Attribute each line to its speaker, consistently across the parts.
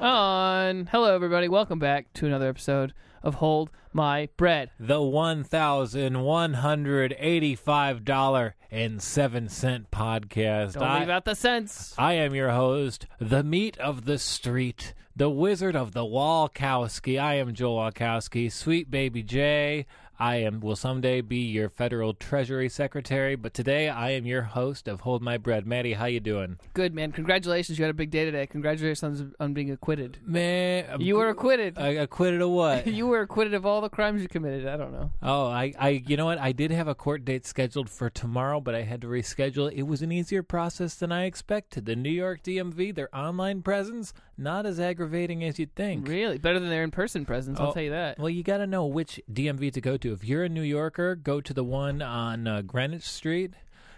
Speaker 1: On. Hello, everybody. Welcome back to another episode of Hold My Bread.
Speaker 2: The $1,185.07 podcast.
Speaker 1: Don't
Speaker 2: I,
Speaker 1: leave out the cents.
Speaker 2: I am your host, the meat of the street, the wizard of the Walkowski. I am Joel Walkowski, sweet baby Jay. I am will someday be your federal treasury secretary, but today I am your host of Hold My Bread. Maddie, how you doing?
Speaker 1: Good, man. Congratulations. You had a big day today. Congratulations on, on being acquitted.
Speaker 2: Man,
Speaker 1: You were acquitted.
Speaker 2: I acquitted of what?
Speaker 1: you were acquitted of all the crimes you committed. I don't know.
Speaker 2: Oh, I, I, you know what? I did have a court date scheduled for tomorrow, but I had to reschedule. It was an easier process than I expected. The New York DMV, their online presence, not as aggravating as you'd think.
Speaker 1: Really? Better than their in person presence, I'll
Speaker 2: Oh,
Speaker 1: tell you that.
Speaker 2: Well, you got to know which DMV to go to. If you're a New Yorker, go to the one on uh, Greenwich Street.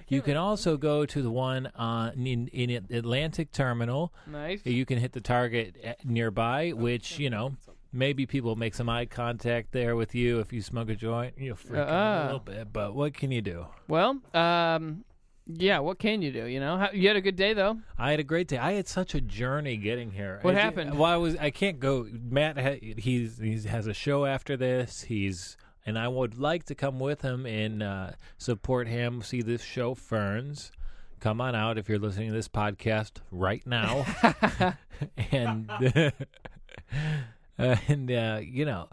Speaker 2: You can also go to the one uh, in, in Atlantic Terminal.
Speaker 1: Nice.
Speaker 2: You can hit the target at- nearby, which, you know, maybe people make some eye contact there with you if you smoke a joint. You'll freak 'em
Speaker 1: Uh-uh.
Speaker 2: a little bit, but what can you do?
Speaker 1: Well, um, yeah, what can you do? You know, How, you had a good day, though.
Speaker 2: I had a great day. I had such a journey getting here.
Speaker 1: What
Speaker 2: I ju-
Speaker 1: happened?
Speaker 2: well, I was I can't go. Matt ha, he's he has a show after this. He's and I would like to come with him and uh, support him. See this show, Ferns. Come on out if you're listening to this podcast right now. and and uh, you know,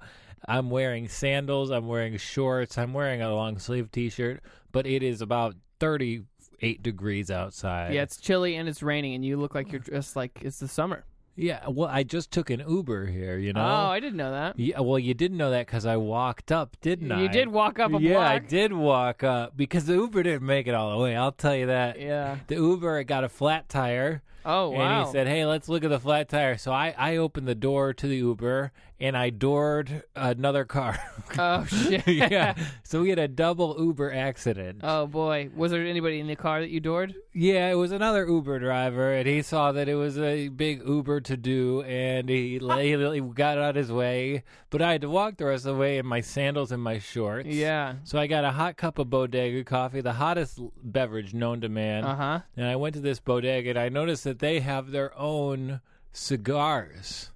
Speaker 2: I'm wearing sandals. I'm wearing shorts. I'm wearing a long sleeve T-shirt. But it is about 38 degrees outside.
Speaker 1: Yeah, it's chilly and it's raining, and you look like you're dressed like it's the summer.
Speaker 2: Yeah, well, I just took an Uber here, you know.
Speaker 1: Oh, I didn't know that.
Speaker 2: yeah, well, you didn't know that because I walked up, didn't I?
Speaker 1: You did walk up a
Speaker 2: yeah, I
Speaker 1: block.
Speaker 2: did walk up because the Uber didn't make it all the way. I'll tell you that.
Speaker 1: Yeah.
Speaker 2: The Uber got a flat tire,
Speaker 1: Oh, wow.
Speaker 2: and he said, "Hey, let's look at the flat tire." So I, I opened the door to the Uber, and I doored another car.
Speaker 1: oh, shit.
Speaker 2: yeah, so we had a double Uber accident.
Speaker 1: Oh boy, was there anybody in the car that you doored?
Speaker 2: Yeah, it was another Uber driver, and he saw that it was a big Uber to do, and he, he he got out his way. But I had to walk the rest of the way in my sandals and my shorts.
Speaker 1: Yeah.
Speaker 2: So I got a hot cup of bodega coffee, the hottest l- beverage known to man.
Speaker 1: Uh huh.
Speaker 2: And I went to this bodega, and I noticed that they have their own cigars.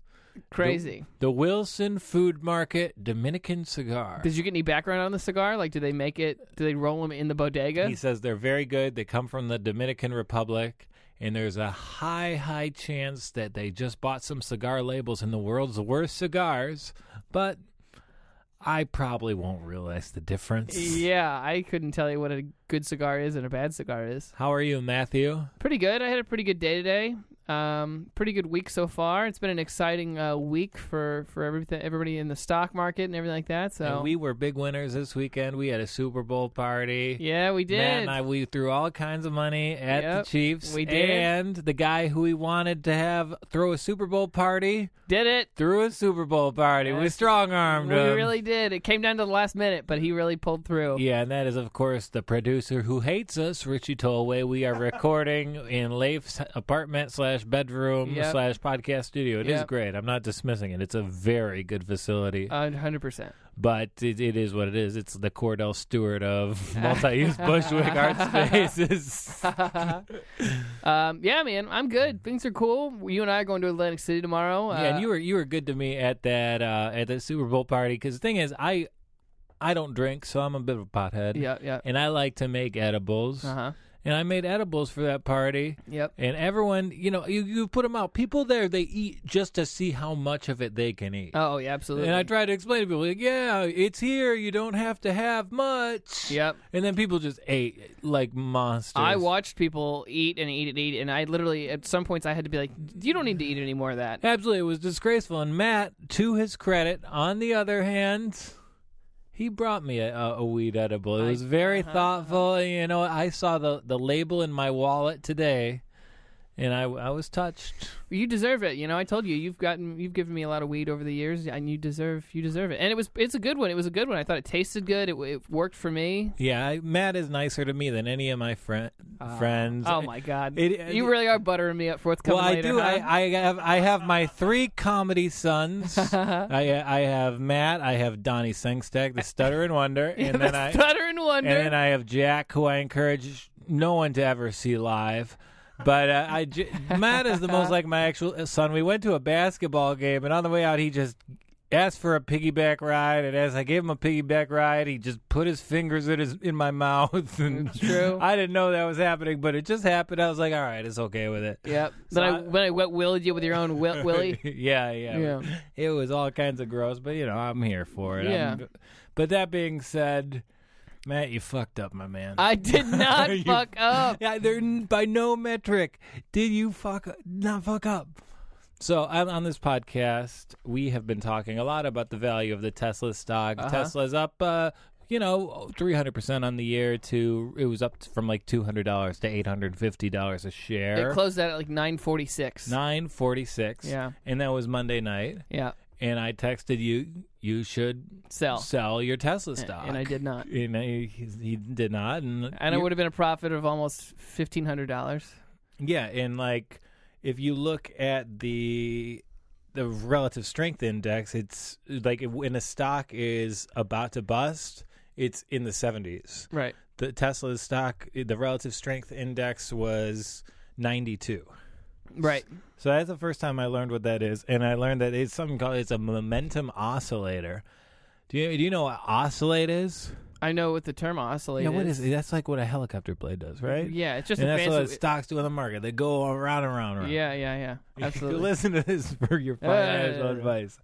Speaker 1: Crazy.
Speaker 2: The Wilson Food Market Dominican cigar.
Speaker 1: Did you get any background on the cigar? Like, do they make it? Do they roll them in the bodega?
Speaker 2: He says they're very good. They come from the Dominican Republic, and there's a high, high chance that they just bought some cigar labels in the world's worst cigars, but I probably won't realize the difference.
Speaker 1: yeah, I couldn't tell you what a good cigar is and a bad cigar is.
Speaker 2: How are you, Matthew?
Speaker 1: Pretty good. I had a pretty good day today. Um, pretty good week so far. It's been an exciting uh, week for for everything, everybody in the stock market and everything like that. So
Speaker 2: And we were big winners this weekend. We had a Super Bowl party.
Speaker 1: yeah, we did.
Speaker 2: Matt and I, we threw all kinds of money at
Speaker 1: Yep,
Speaker 2: the Chiefs.
Speaker 1: we did.
Speaker 2: And the guy who we wanted to have throw a Super Bowl party
Speaker 1: did it.
Speaker 2: threw a Super Bowl party. We
Speaker 1: Yes.
Speaker 2: strong armed
Speaker 1: We
Speaker 2: him.
Speaker 1: really did. It came down to the last minute, but he really pulled through.
Speaker 2: Yeah, and that is, of course, the producer who hates us, Richie Tolway. We are recording in Leif's apartment slash bedroom
Speaker 1: Yep.
Speaker 2: slash podcast studio. It is
Speaker 1: Yep. Uh,
Speaker 2: great. I'm not dismissing it. It's a very good facility,
Speaker 1: A hundred percent.
Speaker 2: but it, it is what it is. It's the Cordell Stewart of multi-use Bushwick art spaces.
Speaker 1: um, yeah, man, I'm good. Things are cool. You and I are going to Atlantic City tomorrow. Uh,
Speaker 2: yeah, and you were you were good to me at that uh, at that Super Bowl party because the thing is, I I don't drink, so I'm a bit of a pothead.
Speaker 1: Yeah, yeah.
Speaker 2: And I like to make edibles,
Speaker 1: Uh huh.
Speaker 2: and I made edibles for that party.
Speaker 1: Yep.
Speaker 2: And everyone, you know, you, you put them out. People there, they eat just to see how much of it they can eat.
Speaker 1: Oh, yeah, absolutely.
Speaker 2: and I try to explain to people, like, yeah, it's here. You don't have to have much.
Speaker 1: Yep.
Speaker 2: And then people just ate like monsters.
Speaker 1: I watched people eat and eat and eat, and I literally at some points I had to be like, "You don't need to eat any more of that."
Speaker 2: Absolutely. It was disgraceful. And Matt, to his credit, on the other hand, he brought me a, a, a weed edible. It was very thoughtful. You know, I saw the, the label in my wallet today. and I I was touched.
Speaker 1: You deserve it. You know, I told you you've gotten you've given me a lot of weed over the years, and you deserve you deserve it. And it was it's a good one. It was a good one. I thought it tasted good. It, it worked for me.
Speaker 2: Yeah, I, Matt is nicer to me than any of my friend friends.
Speaker 1: Oh my god,
Speaker 2: It- it-
Speaker 1: you really are buttering me up for what's coming
Speaker 2: Well, I
Speaker 1: later,
Speaker 2: do.
Speaker 1: huh?
Speaker 2: I, I have I have my three comedy sons. I I have Matt. I have Donnie Sengstack, the Stutter and Wonder, and then I
Speaker 1: stutter and wonder.
Speaker 2: and then I have Jack, who I encourage no one to ever see live. But uh, I j- Matt is the most like my actual uh, son. We went to a basketball game, and on the way out, he just asked for a piggyback ride. And as I gave him a piggyback ride, he just put his fingers in his in my mouth. And
Speaker 1: It's true.
Speaker 2: I didn't know that was happening, but it just happened. I was like, all right, it's okay with it.
Speaker 1: Yep.
Speaker 2: So
Speaker 1: then I,
Speaker 2: I-
Speaker 1: when I wet willed you with your own wet willy.
Speaker 2: yeah, yeah,
Speaker 1: Yeah.
Speaker 2: It was all kinds of gross, but you know, I'm here for it.
Speaker 1: Yeah.
Speaker 2: I'm- but that being said, Matt, you fucked up, my man.
Speaker 1: I did not
Speaker 2: You-
Speaker 1: fuck up.
Speaker 2: yeah, there n- by no metric did you fuck not fuck up. So on, on this podcast, we have been talking a lot about the value of the Tesla stock.
Speaker 1: Uh-huh.
Speaker 2: Tesla's up, uh, you know, three hundred percent on the year. To it was up from like two hundred dollars to eight hundred fifty dollars a
Speaker 1: It
Speaker 2: share.
Speaker 1: closed out at like nine forty six.
Speaker 2: Nine forty six.
Speaker 1: Yeah.
Speaker 2: and that was Monday night.
Speaker 1: Yeah.
Speaker 2: And I texted you, you should
Speaker 1: Sell.
Speaker 2: sell your Tesla
Speaker 1: Oh. And-
Speaker 2: stock.
Speaker 1: And I did not.
Speaker 2: And I- he, he did not. And,
Speaker 1: And it
Speaker 2: you-
Speaker 1: would have been a profit of almost fifteen hundred dollars.
Speaker 2: Yeah, and like if you look at the the relative strength index, it's like when a stock is about to bust, it's in the 70s.
Speaker 1: Right.
Speaker 2: The Tesla's stock, the relative strength index was 92.
Speaker 1: Right.
Speaker 2: So that's the first time I learned what that is, and I learned that it's something called it's a momentum oscillator. Do you do you know what oscillate is?
Speaker 1: I know what the term oscillate
Speaker 2: yeah, what is it? That's like what a helicopter blade does, right?
Speaker 1: Yeah, it's just
Speaker 2: and
Speaker 1: a
Speaker 2: that's
Speaker 1: fancy.
Speaker 2: what stocks do in the market. They go around and around and around.
Speaker 1: yeah, yeah, yeah.
Speaker 2: You
Speaker 1: Absolutely.
Speaker 2: listen to this for your
Speaker 1: Yeah, yeah, yeah,
Speaker 2: financial
Speaker 1: yeah.
Speaker 2: advice.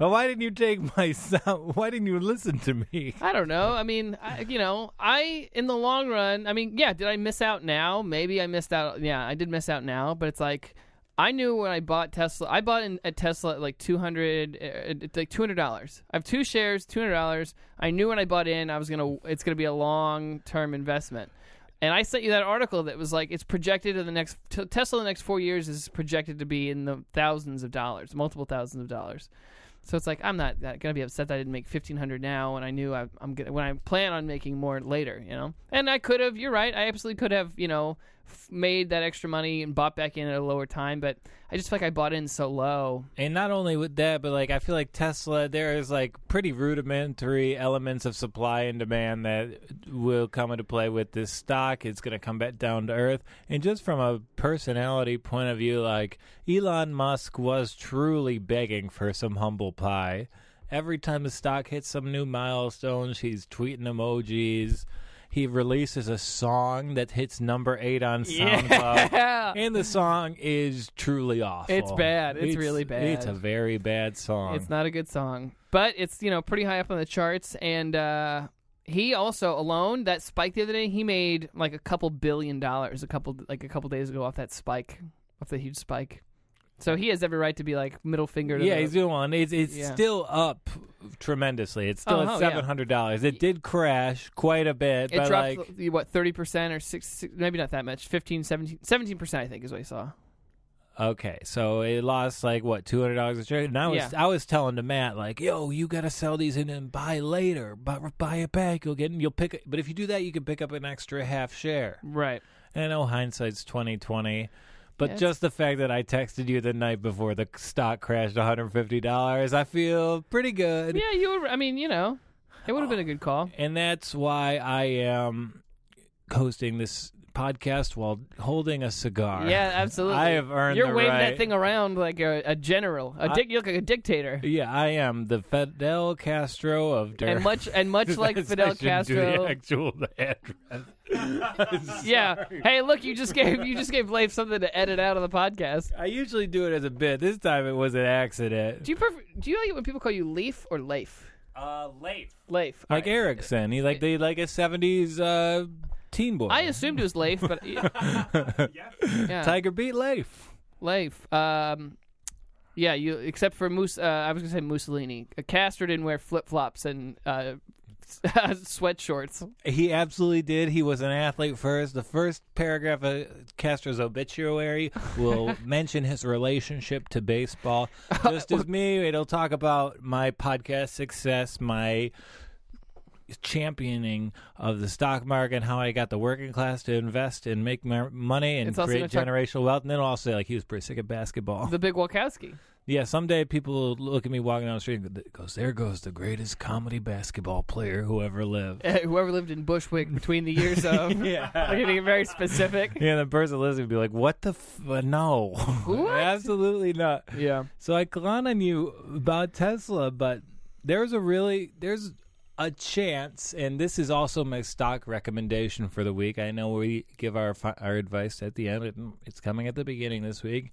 Speaker 2: But why didn't you take my sound? Why didn't you listen to me?
Speaker 1: I don't know. I mean, I, you know, I in the long run, I mean, yeah, did I miss out now? Maybe I missed out. Yeah, I did miss out now, but it's like I knew when I bought Tesla. I bought in a Tesla at like 200 uh, it's like $200. I have two shares, $200. I knew when I bought in, I was going to it's going to be a long-term investment. And I sent you that article that was like it's projected in the next t- Tesla in the next 4 years is projected to be in the thousands of dollars, multiple thousands of dollars. So it's like I'm not that gonna be upset that I didn't make fifteen hundred now when I knew I, I'm gonna when I plan on making more later, you know. And I could have. You're right. I absolutely could have, you know, f- made that extra money and bought back in at a lower time. But I just feel like I bought in so low.
Speaker 2: And not only with that, but like I feel like Tesla, there is like pretty rudimentary elements of supply and demand that will come into play with this stock. It's going to come back down to earth. And just from a personality point of view, like Elon Musk was truly begging for some humble pie. Every time the stock hits some new milestones, he's tweeting emojis. He releases a song that hits number eight on SoundCloud. And the song is truly awful.
Speaker 1: It's bad. It's really bad.
Speaker 2: It's a very bad song.
Speaker 1: It's not a good song, but it's you know pretty high up on the charts. And uh, he also alone that spike the other day he made like a couple billion dollars a couple like a couple days ago off that spike, off the huge spike. So he has every right to be like middle finger. To
Speaker 2: yeah,
Speaker 1: the,
Speaker 2: he's doing one. It's it's
Speaker 1: Yeah.
Speaker 2: still up tremendously. It's still
Speaker 1: Oh,
Speaker 2: at
Speaker 1: yeah.
Speaker 2: seven hundred dollars. It did crash quite a bit,
Speaker 1: It
Speaker 2: but
Speaker 1: dropped
Speaker 2: like
Speaker 1: the- what 30% or 6, six- maybe not that much 15 17 17% I think is what I saw.
Speaker 2: okay, so it lost like what two hundred dollars a share. And I was
Speaker 1: Yeah.
Speaker 2: I was telling to Matt like, yo, you gotta sell these and then buy later, buy buy it back. You'll get you'll pick. But if you do that, you can pick up an extra half share.
Speaker 1: Right.
Speaker 2: And I know hindsight's twenty twenty, but
Speaker 1: Yeah, it's-
Speaker 2: just the fact that I texted you the night before the stock crashed one hundred fifty dollars, I feel pretty good.
Speaker 1: Yeah, you were I mean, you know, it would have been a good call.
Speaker 2: And that's why I am hosting this podcast while holding a cigar.
Speaker 1: Yeah, absolutely.
Speaker 2: I have earned.
Speaker 1: You're
Speaker 2: the
Speaker 1: waving
Speaker 2: right.
Speaker 1: that thing around like a, a general. A
Speaker 2: I-
Speaker 1: dic- you look like a dictator.
Speaker 2: Yeah, I am the Fidel Castro of dirt.
Speaker 1: And much and much like
Speaker 2: That's-
Speaker 1: Fidel
Speaker 2: I shouldn't do the
Speaker 1: Castro.
Speaker 2: actual address.
Speaker 1: Yeah. Hey, look, you just gave you just gave Leif something to edit out of the podcast.
Speaker 2: I usually do it as a bit. This time it was an accident.
Speaker 1: Do you prefer, do you like it when people call you Leaf or Leif?
Speaker 2: uh, late.
Speaker 1: Leif.
Speaker 2: like
Speaker 1: All right.
Speaker 2: Erickson. He like they like a seventies uh, teen boy.
Speaker 1: I assumed it was Leif, but yeah.
Speaker 2: Tiger beat Leif.
Speaker 1: Life. Um, yeah, you except for Moose. Uh, I was gonna say Mussolini. Uh, Castro didn't wear flip flops, and uh, sweat shorts.
Speaker 2: He absolutely did. He was an athlete first. The first paragraph of Castro's obituary will mention his relationship to baseball. Just as me, it'll talk about my podcast success, my championing of the stock market and how I got the working class to invest and make mer- money and
Speaker 1: It's also
Speaker 2: create
Speaker 1: gonna talk-
Speaker 2: generational wealth. And then also, like, he was pretty sick at basketball.
Speaker 1: The Big Wachowski.
Speaker 2: Yeah, someday people will look at me walking down the street and go, goes, there goes the greatest comedy basketball player who ever lived.
Speaker 1: Eh, Whoever lived in Bushwick between the years of.
Speaker 2: Yeah.
Speaker 1: We're getting very specific.
Speaker 2: Yeah, the person listening would be like, "What the f- uh, no,
Speaker 1: What?
Speaker 2: absolutely not."
Speaker 1: Yeah.
Speaker 2: So I clown on you about Tesla, but there's a really there's a chance, and this is also my stock recommendation for the week. I know we give our fi- our advice at the end; it- it's coming at the beginning this week.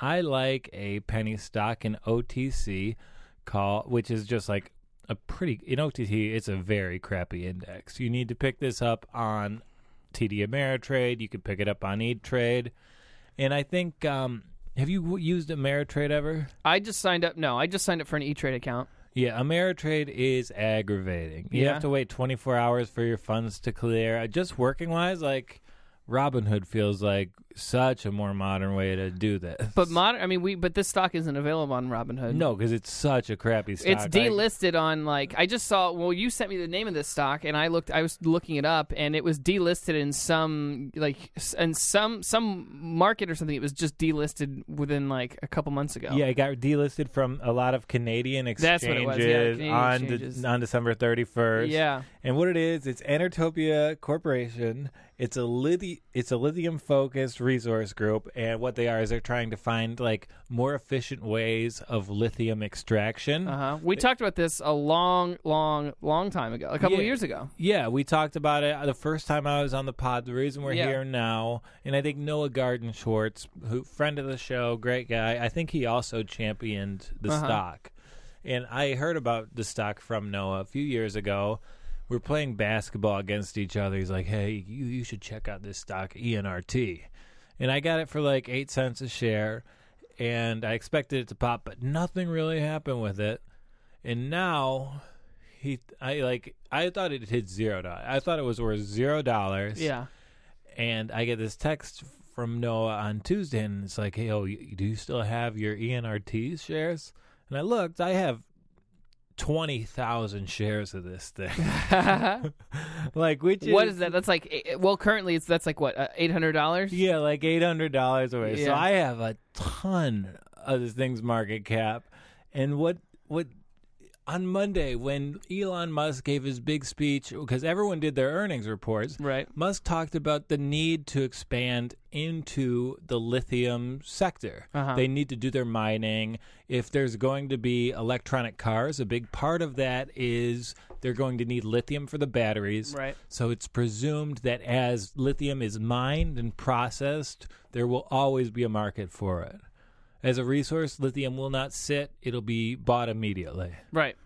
Speaker 2: I like a penny stock in OTC call, which is just like a pretty in OTC. It's a very crappy index. You need to pick this up on TD Ameritrade. You could pick it up on E-Trade. And I think, um, have you w- used Ameritrade ever?
Speaker 1: I just signed up. No, I just signed up for an E Trade account.
Speaker 2: Yeah, Ameritrade is aggravating. You
Speaker 1: Yeah.
Speaker 2: have to wait 24 hours for your funds to clear. Uh, Just working wise, like Robinhood feels like such a more modern way to do this.
Speaker 1: But modern, I mean, we. But this stock isn't available on Robinhood.
Speaker 2: no, because it's such a crappy stock.
Speaker 1: It's
Speaker 2: Like,
Speaker 1: delisted on like I just saw. Well, you sent me the name of this stock, and I looked. I was looking it up, and it was delisted in some like s- in some some market or something. It was just delisted within like a couple months ago.
Speaker 2: yeah, it got delisted from a lot of Canadian
Speaker 1: That's
Speaker 2: exchanges
Speaker 1: what it was, yeah, Canadian
Speaker 2: on de-
Speaker 1: exchanges.
Speaker 2: on December 31st.
Speaker 1: yeah.
Speaker 2: And what it is, it's Enertopia Corporation. It's a lithium it's a lithium focused resource group and what they are is they're trying to find like more efficient ways of lithium extraction.
Speaker 1: Uh huh. We talked about this a long, long, long time ago, a couple of
Speaker 2: Yeah.
Speaker 1: years ago.
Speaker 2: Yeah, we talked about it the first time I was on the pod. The reason we're
Speaker 1: Yeah.
Speaker 2: here now, and I think Noah Garden Schwartz, who friend of the show, great guy. I think he also championed the
Speaker 1: Uh-huh.
Speaker 2: stock, and I heard about the stock from Noah a few years ago. We're playing basketball against each other. He's like, "Hey, you you should check out this stock E ENRT," and I got it for like eight cents a share, and I expected it to pop, but nothing really happened with it. And now he i like i thought it hit zero dollars i thought it was worth zero dollars
Speaker 1: Yeah.
Speaker 2: and i get this text from noah on tuesday and it's like hey oh you, do you still have your E enrt shares and i looked i have 20,000 shares of this thing like which
Speaker 1: what is that? That's like eh, well, currently it's that's like what uh, eight hundred dollars.
Speaker 2: yeah like $800 away so
Speaker 1: Yeah.
Speaker 2: i have a ton of this thing's market cap and what what on monday when elon musk gave his big speech because everyone did their earnings reports
Speaker 1: Right.
Speaker 2: Musk talked about the need to expand into the lithium sector.
Speaker 1: Uh-huh.
Speaker 2: They need to do their mining. If there's going to be electronic cars, a big part of that is they're going to need lithium for the batteries.
Speaker 1: Right.
Speaker 2: So it's presumed that as lithium is mined and processed, there will always be a market for it. As a resource, lithium will not sit, it'll be bought immediately.
Speaker 1: Right.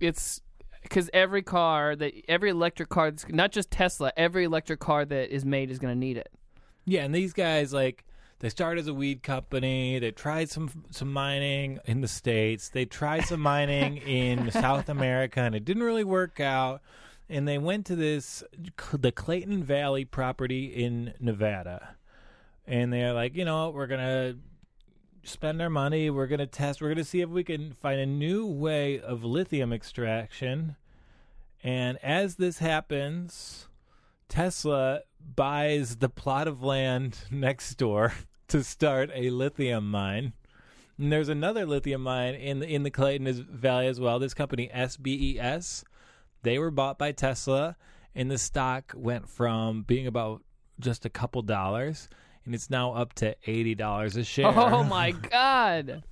Speaker 1: It's because every car that every electric car, that's, not just Tesla, every electric car that is made is going to need it.
Speaker 2: Yeah, and these guys like they started as a weed company. They tried some some mining in the states. They tried some mining in South America, and it didn't really work out. And they went to this the Clayton Valley property in Nevada, and they're like, you know, what, we're gonna spend our money. We're gonna test. We're gonna see if we can find a new way of lithium extraction. And as this happens, Tesla buys the plot of land next door to start a lithium mine. And there's another lithium mine in the, in the Clayton is- Valley as well. This company SBES, they were bought by Tesla, and the stock went from being about just a couple dollars, and it's now up to eighty dollars a share.
Speaker 1: Oh my god!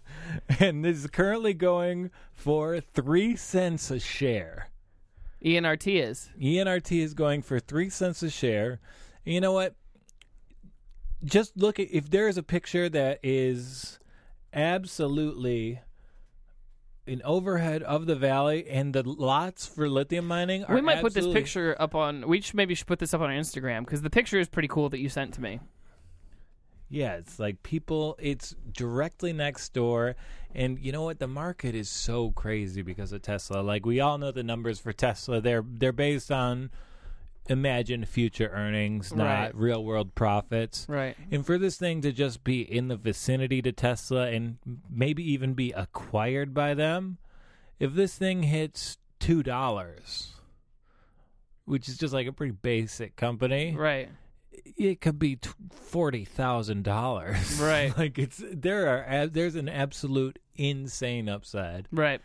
Speaker 2: And this is currently going for three cents a share.
Speaker 1: E
Speaker 2: E
Speaker 1: ENRT is
Speaker 2: ENRT is going for three cents a share. And you know what? Just look at if there is a picture that is absolutely an overhead of the valley and the lots for lithium mining. Are
Speaker 1: we might put this
Speaker 2: absolutely-
Speaker 1: picture up on. We should maybe should put this up on our Instagram because the picture is pretty cool that you sent to me.
Speaker 2: Yeah, it's like people, it's directly next door. And you know what? The market is so crazy because of Tesla. Like we all know the numbers for Tesla. They're they're based on imagined future earnings, not
Speaker 1: Right.
Speaker 2: real world profits.
Speaker 1: Right.
Speaker 2: And for this thing to just be in the vicinity to Tesla and maybe even be acquired by them, if this thing hits two dollars, which is just like a pretty basic company,
Speaker 1: Right.
Speaker 2: it could be t- forty thousand dollars.
Speaker 1: Right.
Speaker 2: like it's there are ab- there's an absolute insane upside.
Speaker 1: Right.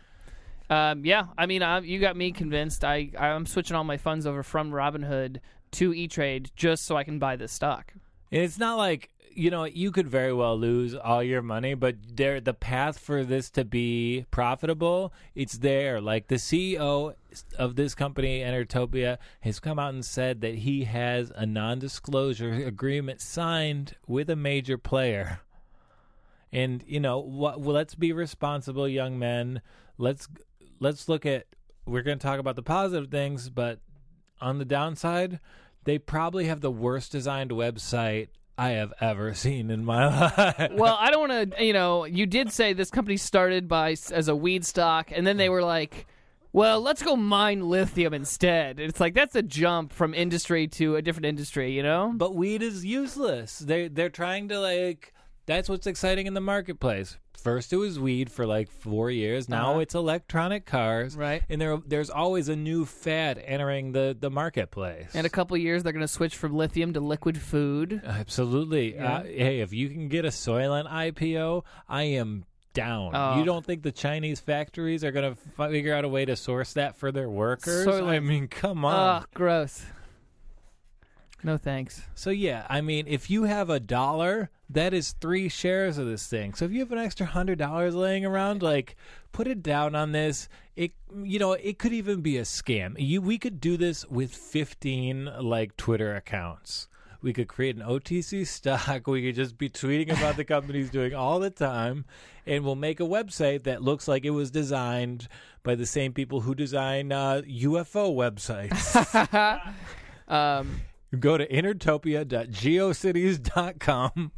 Speaker 1: Um, yeah, I mean, I, you got me convinced. I I'm switching all my funds over from Robinhood to E Trade just so I can buy this stock.
Speaker 2: And it's not like you know you could very well lose all your money, but there the path for this to be profitable, it's there. Like the CEO of this company, Enertopia, has come out and said that he has a non-disclosure agreement signed with a major player. And you know, what, well, let's be responsible, young men. Let's let's look at. We're going to talk about the positive things, but on the downside, they probably have the worst designed website I have ever seen in my life.
Speaker 1: Well, I don't want to. You know, you did say this company started by s- as a weed stock, and then they were like, "Well, let's go mine lithium instead." It's like that's a jump from industry to a different industry. You know.
Speaker 2: But weed is useless. They they're trying to like that's what's exciting in the marketplace. First it was weed for like 4 years. Now
Speaker 1: Uh-huh.
Speaker 2: it's electronic cars.
Speaker 1: Right.
Speaker 2: And there there's always a new fad entering the the marketplace.
Speaker 1: In a couple years, they're going to switch from lithium to liquid food.
Speaker 2: Absolutely.
Speaker 1: Yeah.
Speaker 2: Uh, hey, if you can get a Soylent IPO, I am down.
Speaker 1: Oh.
Speaker 2: You don't think the Chinese factories are going to f- figure out a way to source that for their workers? I
Speaker 1: Soylent.
Speaker 2: mean, come on.
Speaker 1: Ugh, gross. No thanks.
Speaker 2: So yeah, I mean, if you have a dollar, that is three shares of this thing. So if you have an extra hundred dollars laying around, like put it down on this. It you know it could even be a scam. You we could do this with fifteen like Twitter accounts. We could create an OTC stock. We could just be tweeting about the companies doing all the time, and we'll make a website that looks like it was designed by the same people who design uh, UFO websites.
Speaker 1: Um,
Speaker 2: Go to intertopia.geocities.com.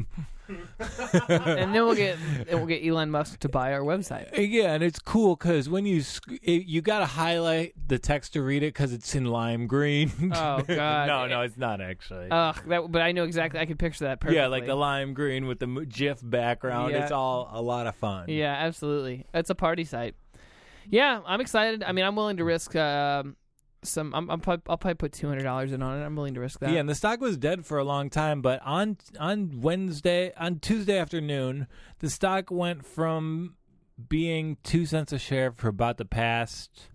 Speaker 1: and then we'll get then we'll get Elon Musk to buy our website.
Speaker 2: yeah, and it's cool because when you sc- it, you gotta highlight the text to read it because it's in lime green.
Speaker 1: Oh, God.
Speaker 2: no, no, it's not actually.
Speaker 1: Ugh, that, but I know exactly. I could picture that perfectly.
Speaker 2: yeah, like the lime green with the mo- GIF background.
Speaker 1: Yeah.
Speaker 2: It's all a lot of fun.
Speaker 1: Yeah, absolutely. It's a party site. Yeah, I'm excited. I mean, I'm willing to risk um, some. I'm, I'm probably, I'll probably put two hundred dollars in on it. I'm willing to risk that.
Speaker 2: Yeah, and the stock was dead for a long time, but on on Wednesday, on Tuesday afternoon, the stock went from being two cents a share for about the past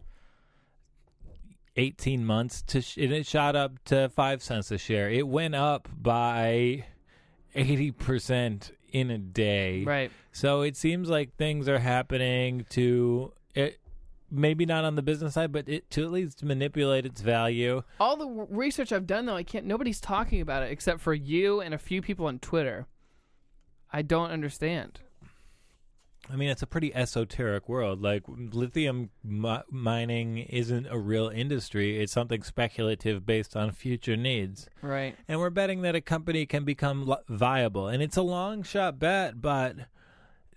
Speaker 2: eighteen months to sh- and it shot up to five cents a share. It went up by eighty percent in a day.
Speaker 1: Right.
Speaker 2: So it seems like things are happening to it. Maybe not on the business side, but it to at least manipulate its value.
Speaker 1: All the w- research I've done, though, I can't. Nobody's talking about it except for you and a few people on Twitter. I don't understand.
Speaker 2: I mean, it's a pretty esoteric world. Like lithium mi- mining isn't a real industry; it's something speculative based on future needs.
Speaker 1: Right.
Speaker 2: And we're betting that a company can become li- viable, and it's a long shot bet. But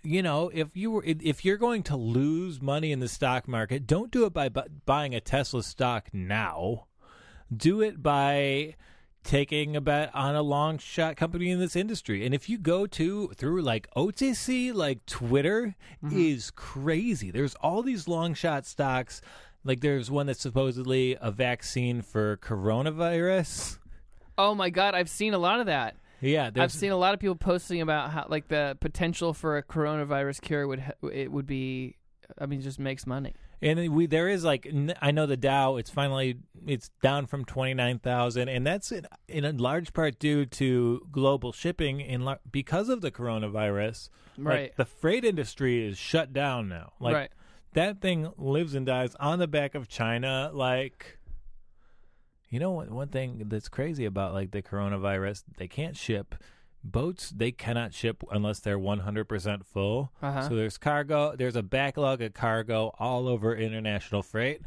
Speaker 2: you know, if you were, if- if you're going to lose money in the stock market, don't do it by bu- buying a Tesla stock now. Do it by taking a bet on a long shot company in this industry. And if you go to through like OTC, like Twitter is crazy. There's all these long shot stocks. Like there's one that's supposedly a vaccine for coronavirus.
Speaker 1: Oh my God, I've seen a lot of that.
Speaker 2: Yeah, there's
Speaker 1: I've seen a lot of people posting about how like the potential for a coronavirus cure would ha- it would be I mean just makes money.
Speaker 2: And we there is like n- I know the Dow it's finally it's down from 29,000 and that's in, in a large part due to global shipping in lar- because of the coronavirus. Like,
Speaker 1: Right.
Speaker 2: the freight industry is shut down now. Like
Speaker 1: right.
Speaker 2: that thing lives and dies on the back of China like you know what one thing that's crazy about like the coronavirus they can't ship boats they cannot ship unless they're 100% full.
Speaker 1: Uh-huh.
Speaker 2: So there's cargo, there's a backlog of cargo all over international freight.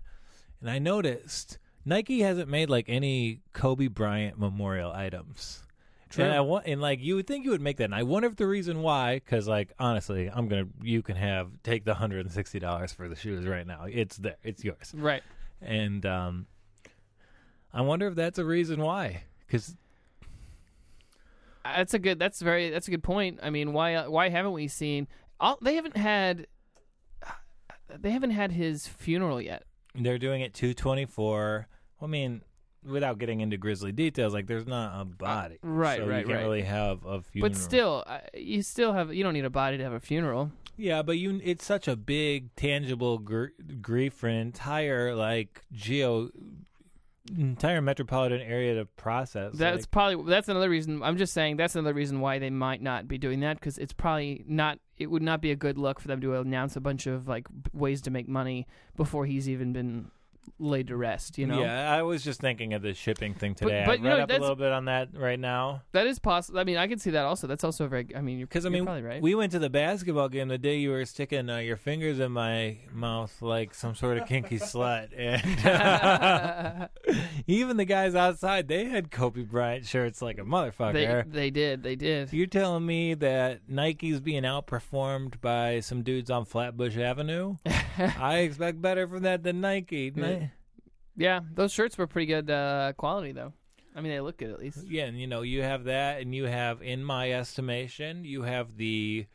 Speaker 2: And I noticed Nike hasn't made like any Kobe Bryant memorial items.
Speaker 1: True.
Speaker 2: And I want, and like you would think you would make that. And I wonder if the reason why, because like honestly, I'm gonna, you can have take the hundred and sixty dollars for the shoes right now. It's there, it's yours.
Speaker 1: Right.
Speaker 2: And um, I wonder if that's a reason why, because
Speaker 1: That's a good. That's very. That's a good point. I mean, why? Why haven't we seen? All, they haven't had. They haven't had his funeral yet.
Speaker 2: they're doing it two twenty four. I mean, without getting into grisly details, like there's not a body,
Speaker 1: Uh, right,
Speaker 2: So
Speaker 1: right,
Speaker 2: you can't
Speaker 1: right.
Speaker 2: really have a funeral.
Speaker 1: But still, I- you still have. You don't need a body to have a funeral.
Speaker 2: Yeah, but you it's such a big tangible gr- grief for an entire like geo entire metropolitan area to process.
Speaker 1: That's probably. That's another reason. I'm just saying. That's another reason why they might not be doing that because it's probably not. It would not be a good look for them to announce a bunch of like b- ways to make money before he's even been laid to rest. You know.
Speaker 2: Yeah, I was just thinking of the shipping thing today.
Speaker 1: but,
Speaker 2: I
Speaker 1: you
Speaker 2: read
Speaker 1: know,
Speaker 2: up a
Speaker 1: that's-
Speaker 2: little bit on that right now.
Speaker 1: That is possible. I mean, I can see that also. That's also a very. I mean, you're,
Speaker 2: Because I
Speaker 1: you're
Speaker 2: mean,
Speaker 1: probably right.
Speaker 2: we went to the basketball game the day you were sticking uh, your fingers in my mouth like some sort of kinky slut, and even the guys outside they had Kobe Bryant shirts like a motherfucker.
Speaker 1: they they did they did.
Speaker 2: You're telling me that Nike's being outperformed by some dudes on Flatbush Avenue? I expect better from that than Nike. Ni-
Speaker 1: Yeah, those shirts were pretty good uh, quality though. I mean, they look good at least.
Speaker 2: Yeah, and you know, you have that, and you have, in my estimation, you have the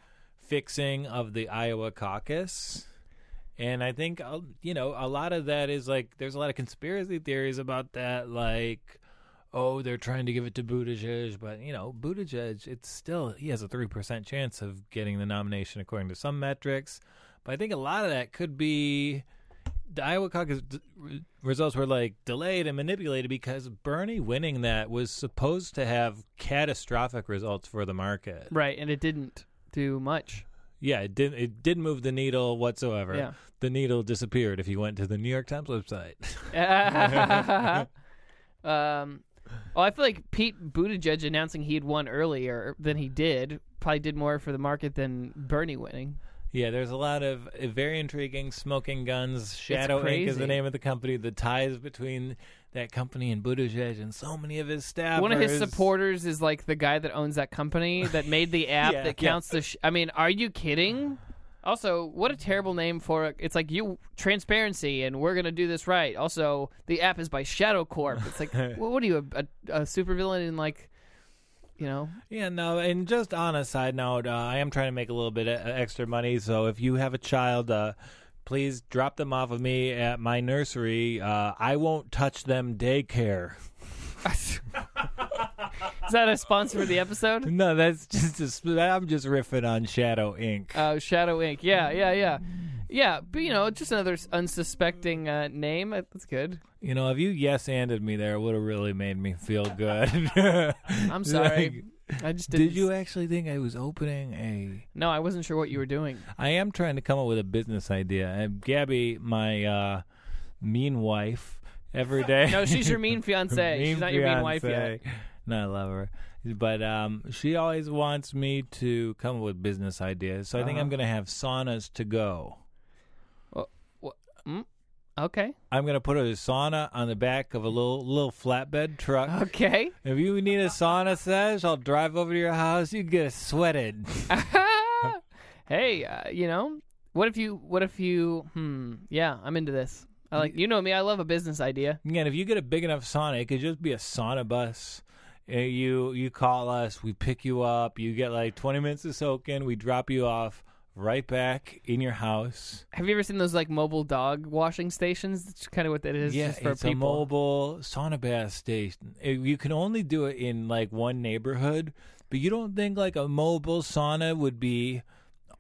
Speaker 2: fixing of the Iowa caucus. And I think, uh, you know, a lot of that is like, there's a lot of conspiracy theories about that. Like, oh, they're trying to give it to Buttigieg, but, you know, Buttigieg, it's still, he has a 3% chance of getting the nomination according to some metrics. But I think a lot of that could be the Iowa caucus d- re- results were like delayed and manipulated because Bernie winning that was supposed to have catastrophic results for the market.
Speaker 1: Right, and it didn't do much.
Speaker 2: Yeah, it didn't. It did move the needle whatsoever.
Speaker 1: Yeah.
Speaker 2: The needle disappeared if you went to the New York Times website.
Speaker 1: um, well, I feel like Pete Buttigieg announcing he had won earlier than he did probably did more for the market than Bernie winning.
Speaker 2: yeah, there's a lot of uh, very intriguing smoking guns. Shadow Inc. is
Speaker 1: crazy.
Speaker 2: the name of the company. The ties between that company and Buttigieg and so many of his staffers.
Speaker 1: One of his supporters is like the guy that owns that company that made the app
Speaker 2: Yeah,
Speaker 1: that
Speaker 2: yeah.
Speaker 1: counts the. Sh- I mean, are you kidding? Also, what a terrible name for it. It's like you transparency, and we're gonna do this right. Also, the app is by Shadow Corp. It's like, wh- what are you a, a, a supervillain in like, you know?
Speaker 2: Yeah, no, and just on a side note, uh, I am trying to make a little bit of extra money. So if you have a child, uh, please drop them off of me at my nursery. Uh, I won't touch them daycare.
Speaker 1: Is that a sponsor for the episode?
Speaker 2: No, that's just a sp- I'm just riffing on Shadow Inc.
Speaker 1: Uh, Shadow Inc. Yeah, yeah, yeah, yeah. But you know, just another s- unsuspecting uh, name. Uh, That's good.
Speaker 2: you know, if you yes anded me there, it would have really made me feel good.
Speaker 1: I'm sorry. I just didn't
Speaker 2: Did you actually think I was opening a
Speaker 1: No, I wasn't sure what you were doing.
Speaker 2: I am trying to come up with a business idea. And Gabby, my uh, mean wife, every day.
Speaker 1: No, she's your mean fiance.
Speaker 2: Mean
Speaker 1: she's not your mean wife yet.
Speaker 2: fiance. No, I love her. But um, she always wants me to come up with business ideas. So I think
Speaker 1: Uh-huh.
Speaker 2: I'm going to have saunas to go.
Speaker 1: Okay.
Speaker 2: I'm going to put a sauna on the back of a little little flatbed truck.
Speaker 1: Okay.
Speaker 2: If you need a sauna sesh, I'll drive over to your house. You get sweated.
Speaker 1: hey, uh, you know, what if you? What if you? Hmm. Yeah, I'm into this. I like. You know me. I love a business idea.
Speaker 2: Again, if you get a big enough sauna, it could just be a sauna bus. Uh, You you call us, we pick you up. You get like 20 minutes to soak in. We drop you off right back in your house.
Speaker 1: Have you ever seen those like mobile dog washing stations? That's kind of what that is.
Speaker 2: yeah,
Speaker 1: just for
Speaker 2: it's
Speaker 1: people.
Speaker 2: a mobile sauna bath station. Uh, You can only do it in like one neighborhood, but you don't think like a mobile sauna would be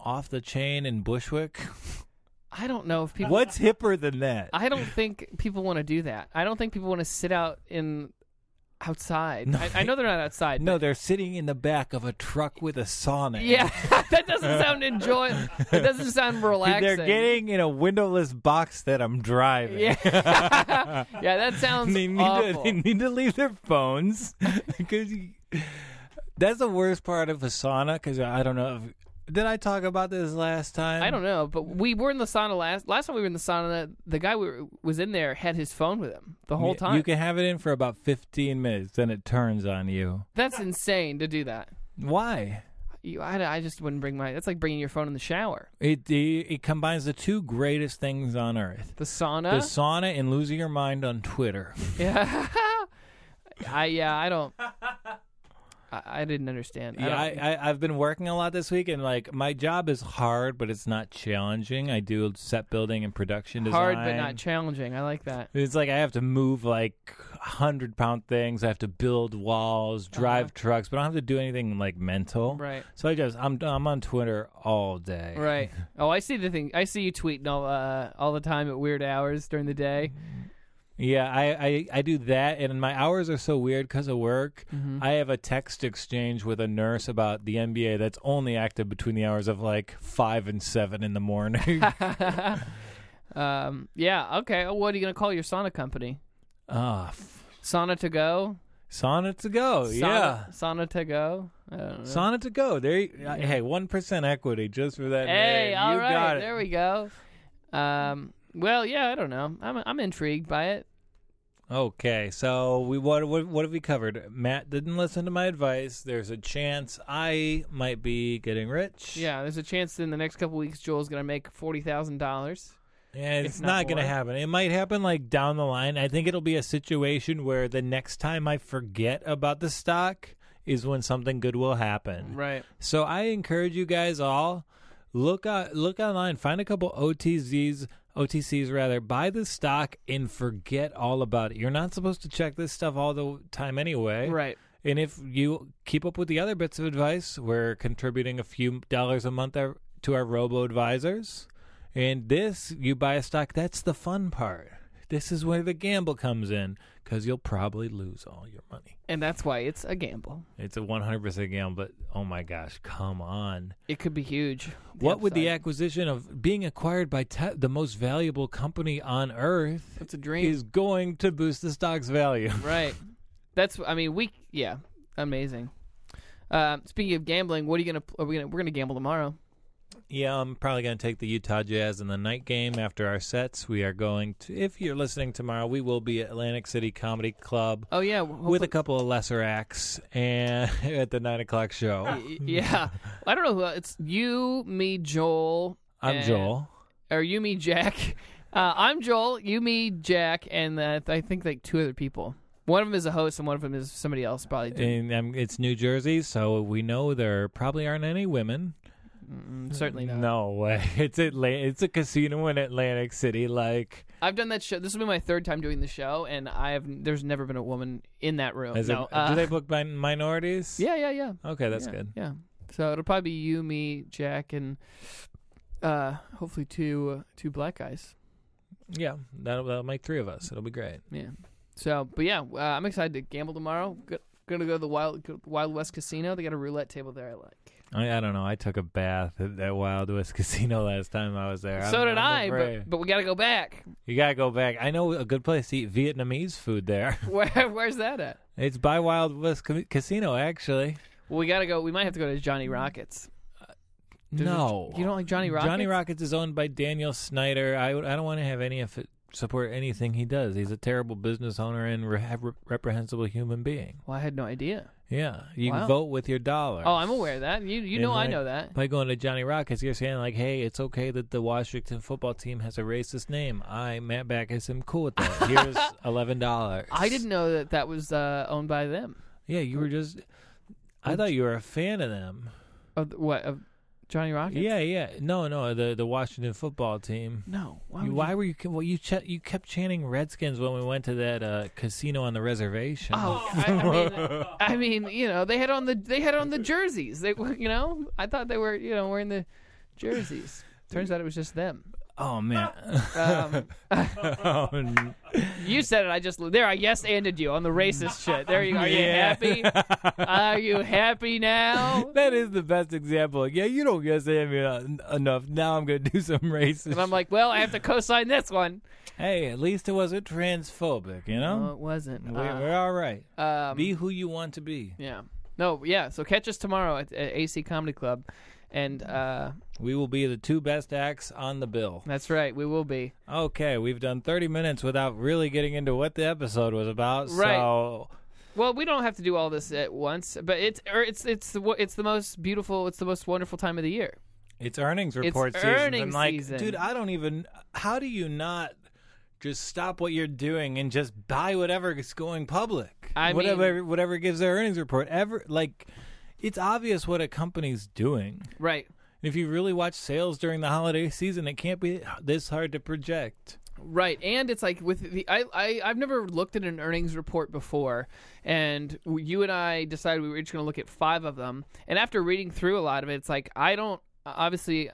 Speaker 2: off the chain in Bushwick?
Speaker 1: I don't know if people.
Speaker 2: What's hipper than that?
Speaker 1: I don't think people want to do that. I don't think people want to sit out in outside.
Speaker 2: No,
Speaker 1: I, I know they're not outside.
Speaker 2: no, they're sitting in the back of a truck with a sauna.
Speaker 1: Yeah, that doesn't sound enjoy. That doesn't sound relaxing.
Speaker 2: They're getting in a windowless box that I'm driving.
Speaker 1: Yeah, yeah, that sounds
Speaker 2: they need to
Speaker 1: awful.
Speaker 2: they need to leave their phones because that's the worst part of a sauna. Because I don't know. If, Did I talk about this last time?
Speaker 1: I don't know, but we were in the sauna last last time we were in the sauna. The guy we were, was in there had his phone with him the whole
Speaker 2: Y-
Speaker 1: time.
Speaker 2: You can have it in for about 15 minutes, then it turns on you.
Speaker 1: That's insane to do that.
Speaker 2: Why?
Speaker 1: You, I, I just wouldn't bring my. That's like bringing your phone in the shower.
Speaker 2: It, it it combines the two greatest things on earth:
Speaker 1: The
Speaker 2: the
Speaker 1: sauna.
Speaker 2: sauna and losing your mind on Twitter.
Speaker 1: yeah. I yeah. I don't. I, I didn't understand.
Speaker 2: Yeah,
Speaker 1: I, don't-
Speaker 2: I, I I've been working a lot this week, and like my job is hard, but it's not challenging. I do set building and production
Speaker 1: hard
Speaker 2: design.
Speaker 1: but not challenging. I like that.
Speaker 2: It's like I have to move like hundred pound things. I have to build walls, drive trucks, but I don't have to do anything like mental.
Speaker 1: Uh-huh. Right.
Speaker 2: So I just I'm I'm on Twitter all day.
Speaker 1: Right. Oh, I see the thing. I see you tweeting all uh, all the time at weird hours during the day.
Speaker 2: Yeah, I, I, I do that, and my hours are so weird because of work.
Speaker 1: Mm-hmm.
Speaker 2: I have a text exchange with a nurse about the NBA that's only active between the hours of like five and seven in the morning.
Speaker 1: um. Yeah. Okay. Oh, what are you gonna call your sauna company?
Speaker 2: Ah, f-
Speaker 1: Sauna to go.
Speaker 2: sauna to go.
Speaker 1: Sauna,
Speaker 2: Oh, yeah,
Speaker 1: Sauna to go. I don't know.
Speaker 2: sauna to go. There, you, uh, hey, one percent equity just for that.
Speaker 1: hey.
Speaker 2: name.
Speaker 1: all
Speaker 2: you
Speaker 1: right.
Speaker 2: got it.
Speaker 1: There we go. Um. Well. Yeah. I don't know. I'm I'm intrigued by it.
Speaker 2: Okay, so we what, what what have we covered? Matt didn't listen to my advice. There's a chance I might be getting rich.
Speaker 1: Yeah. There's a chance in the next couple weeks Joel's gonna make forty thousand dollars.
Speaker 2: Yeah, it's,
Speaker 1: It's
Speaker 2: not,
Speaker 1: not
Speaker 2: going to
Speaker 1: more.
Speaker 2: happen. It might happen like down the line. I think it'll be a situation where the next time I forget about the stock is when something good will happen.
Speaker 1: Right.
Speaker 2: So I encourage you guys all look uh, look online, find a couple OTZs, OTCs rather, buy the stock and forget all about it. You're not supposed to check this stuff all the time anyway.
Speaker 1: Right.
Speaker 2: And if you keep up with the other bits of advice, we're contributing a few dollars a month our- to our robo advisors. And this, you buy a stock, that's the fun part. This is where the gamble comes in because you'll probably lose all your money.
Speaker 1: And that's why it's a gamble.
Speaker 2: It's a 100% gamble, but oh my gosh, come on.
Speaker 1: It could be huge.
Speaker 2: what would the
Speaker 1: upside.
Speaker 2: acquisition of being acquired by te- the most valuable company on earth
Speaker 1: It's a dream.
Speaker 2: is going to boost the stock's value?
Speaker 1: Right. That's. I mean, we. Yeah. Amazing. Uh, speaking of gambling, what are you gonna? Are we gonna? We're gonna gamble tomorrow.
Speaker 2: Yeah, I'm probably going to take the Utah Jazz in the night game after our sets. We are going to, if you're listening tomorrow, we will be at Atlantic City Comedy Club
Speaker 1: Oh yeah. w-
Speaker 2: with a
Speaker 1: hopefully-
Speaker 2: couple of lesser acts and at the nine o'clock show.
Speaker 1: y- yeah. I don't know who. It's you, me, Joel.
Speaker 2: I'm
Speaker 1: and-
Speaker 2: Joel.
Speaker 1: Or you, me, Jack. Uh, I'm Joel. You, me, Jack, and uh, I think like two other people. One of them is a host, and one of them is somebody else. Probably. Did.
Speaker 2: And um, it's New Jersey, so we know there probably aren't any women.
Speaker 1: Mm, certainly not.
Speaker 2: No way. It's Atla- It's a casino in Atlantic City. Like,
Speaker 1: I've done that show. This will be my third time doing the show, and I have. There's never been a woman in that room.
Speaker 2: is
Speaker 1: no.
Speaker 2: it,
Speaker 1: uh,
Speaker 2: do they book min- minorities?
Speaker 1: yeah, yeah, yeah.
Speaker 2: Okay, that's
Speaker 1: yeah,
Speaker 2: good.
Speaker 1: Yeah. So it'll probably be you, me, Jack, and uh, hopefully two uh, two black guys.
Speaker 2: Yeah, that'll, that'll make three of us. It'll be great.
Speaker 1: Yeah. So, but yeah, uh, I'm excited to gamble tomorrow. Go- gonna go to the Wild go- Wild West Casino. They got a roulette table there. I like.
Speaker 2: I, I don't know. I took a bath at that Wild West casino last time I was there.
Speaker 1: so
Speaker 2: I'm-
Speaker 1: did
Speaker 2: I'm
Speaker 1: i
Speaker 2: afraid.
Speaker 1: but but we gotta go back.
Speaker 2: you gotta go back. I know a good place to eat Vietnamese food there.
Speaker 1: Where where's that at?
Speaker 2: It's by Wild West Ca- Casino, actually.
Speaker 1: Well, we gotta go. We might have to go to Johnny Rockets. Does it-
Speaker 2: Mm. no,
Speaker 1: you don't like Johnny Rockets.
Speaker 2: Johnny Rockets is owned by Daniel Snyder. I would- I don't want to have any of it support anything he does. He's a terrible business owner and re- have re- reprehensible human being.
Speaker 1: Well, I had no idea.
Speaker 2: Yeah, you can
Speaker 1: Wow.
Speaker 2: vote with your dollar.
Speaker 1: Oh, I'm aware of that. You you
Speaker 2: And
Speaker 1: know I
Speaker 2: like-
Speaker 1: know that.
Speaker 2: by going to Johnny Rockets, you're saying like, "Hey, it's okay that the Washington football team has a racist name." I, Matt Backus, am cool with that. Here's eleven dollars.
Speaker 1: I didn't know that that was uh, owned by them.
Speaker 2: Yeah, you were just. I thought you were a fan of them.
Speaker 1: Of the- what of Johnny Rockets?
Speaker 2: Yeah, yeah. No, no. The the Washington football team.
Speaker 1: No. Why?
Speaker 2: Why,
Speaker 1: would you-
Speaker 2: were you? Well, you ch- you kept chanting Redskins when we went to that uh, casino on the reservation.
Speaker 1: Oh, I, I mean, I mean, you know, they had on the they had on the jerseys. They, were- you know, I thought they were, you know, wearing the jerseys. Turns out it was just them.
Speaker 2: Oh, man.
Speaker 1: Um,
Speaker 2: Oh, n-
Speaker 1: you said it. I just there. I yes anded you on the racist shit. There you are. You
Speaker 2: Yeah.
Speaker 1: happy? Are you happy now?
Speaker 2: that is the best example. Yeah, you don't guess that enough. Now I'm gonna do some racist.
Speaker 1: And I'm like, well, I have to co-sign this one.
Speaker 2: Hey, at least it wasn't transphobic, you
Speaker 1: No,
Speaker 2: know?
Speaker 1: it wasn't.
Speaker 2: we,
Speaker 1: Uh,
Speaker 2: we're all right.
Speaker 1: um,
Speaker 2: Be who you want to be.
Speaker 1: yeah. No, yeah. So catch us tomorrow at, at AC Comedy Club, and uh,
Speaker 2: We will be the two best acts on the bill.
Speaker 1: that's right, we will be.
Speaker 2: Okay, we've done 30 minutes without really getting into what the episode was about.
Speaker 1: Right.
Speaker 2: So
Speaker 1: Well, we don't have to do all this at once, but it's or it's it's the wo- it's the most beautiful, it's the most wonderful time of the year.
Speaker 2: it's earnings report season.
Speaker 1: earnings
Speaker 2: and like,
Speaker 1: season.
Speaker 2: dude, I don't even. How do you not just stop what you're doing and just buy whatever is going public?
Speaker 1: I mean-
Speaker 2: whatever, whatever gives their earnings report. Ever like, it's obvious what a company's doing.
Speaker 1: Right.
Speaker 2: If you really watch sales during the holiday season, it can't be this hard to project.
Speaker 1: Right, and it's like with the I, I I've never looked at an earnings report before, and w- you and I decided we were each going to look at five of them, and after reading through a lot of it, it's like I don't obviously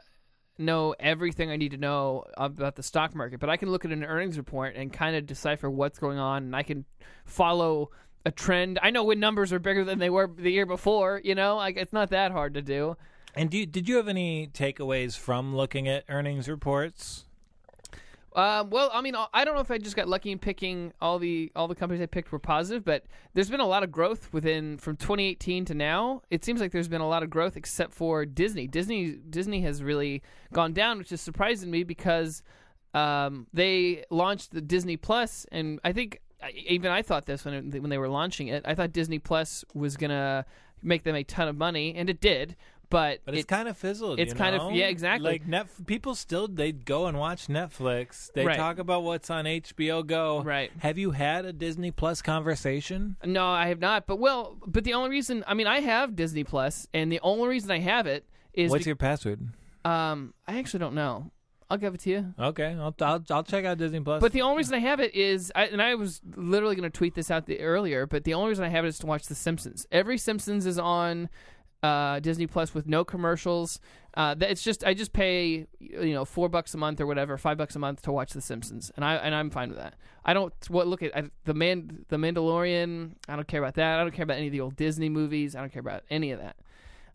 Speaker 1: know everything I need to know about the stock market, but I can look at an earnings report and kind of decipher what's going on, and I can follow a trend. I know when numbers are bigger than they were the year before. You know, like it's not that hard to do.
Speaker 2: And do you, did you have any takeaways from looking at earnings reports?
Speaker 1: Um, well, I mean, I don't know if I just got lucky in picking all the all the companies I picked were positive, but there's been a lot of growth within from 2018 to now. It seems like there's been a lot of growth, except for Disney. Disney Disney has really gone down, which is surprising to me because um, they launched the Disney Plus, and I think I- even I thought this when it, when they were launching it. I thought Disney Plus was gonna make them a ton of money, and it did. But,
Speaker 2: But it's
Speaker 1: it-
Speaker 2: kind of fizzled.
Speaker 1: it's
Speaker 2: you
Speaker 1: kind of-
Speaker 2: know?
Speaker 1: yeah, exactly.
Speaker 2: Like net, people still they go and watch Netflix. They
Speaker 1: Right.
Speaker 2: talk about what's on HBO Go.
Speaker 1: Right.
Speaker 2: Have you had a Disney Plus conversation?
Speaker 1: No, I have not. But well, but the only reason I mean I have Disney Plus, and the only reason I have it is
Speaker 2: what's
Speaker 1: be-
Speaker 2: your password?
Speaker 1: um I actually don't know. I'll give it to you.
Speaker 2: Okay, I'll, I'll I'll check out Disney Plus.
Speaker 1: But the only reason I have it is, I, and I was literally going to tweet this out the, earlier. But the only reason I have it is to watch The Simpsons. Every Simpsons is on uh, Disney Plus with no commercials. Uh, that it's just I just pay you know four bucks a month or whatever, five bucks a month to watch The Simpsons, and I and I'm fine with that. I don't what look at I, the man the Mandalorian. I don't care about that. I don't care about any of the old Disney movies. I don't care about any of that.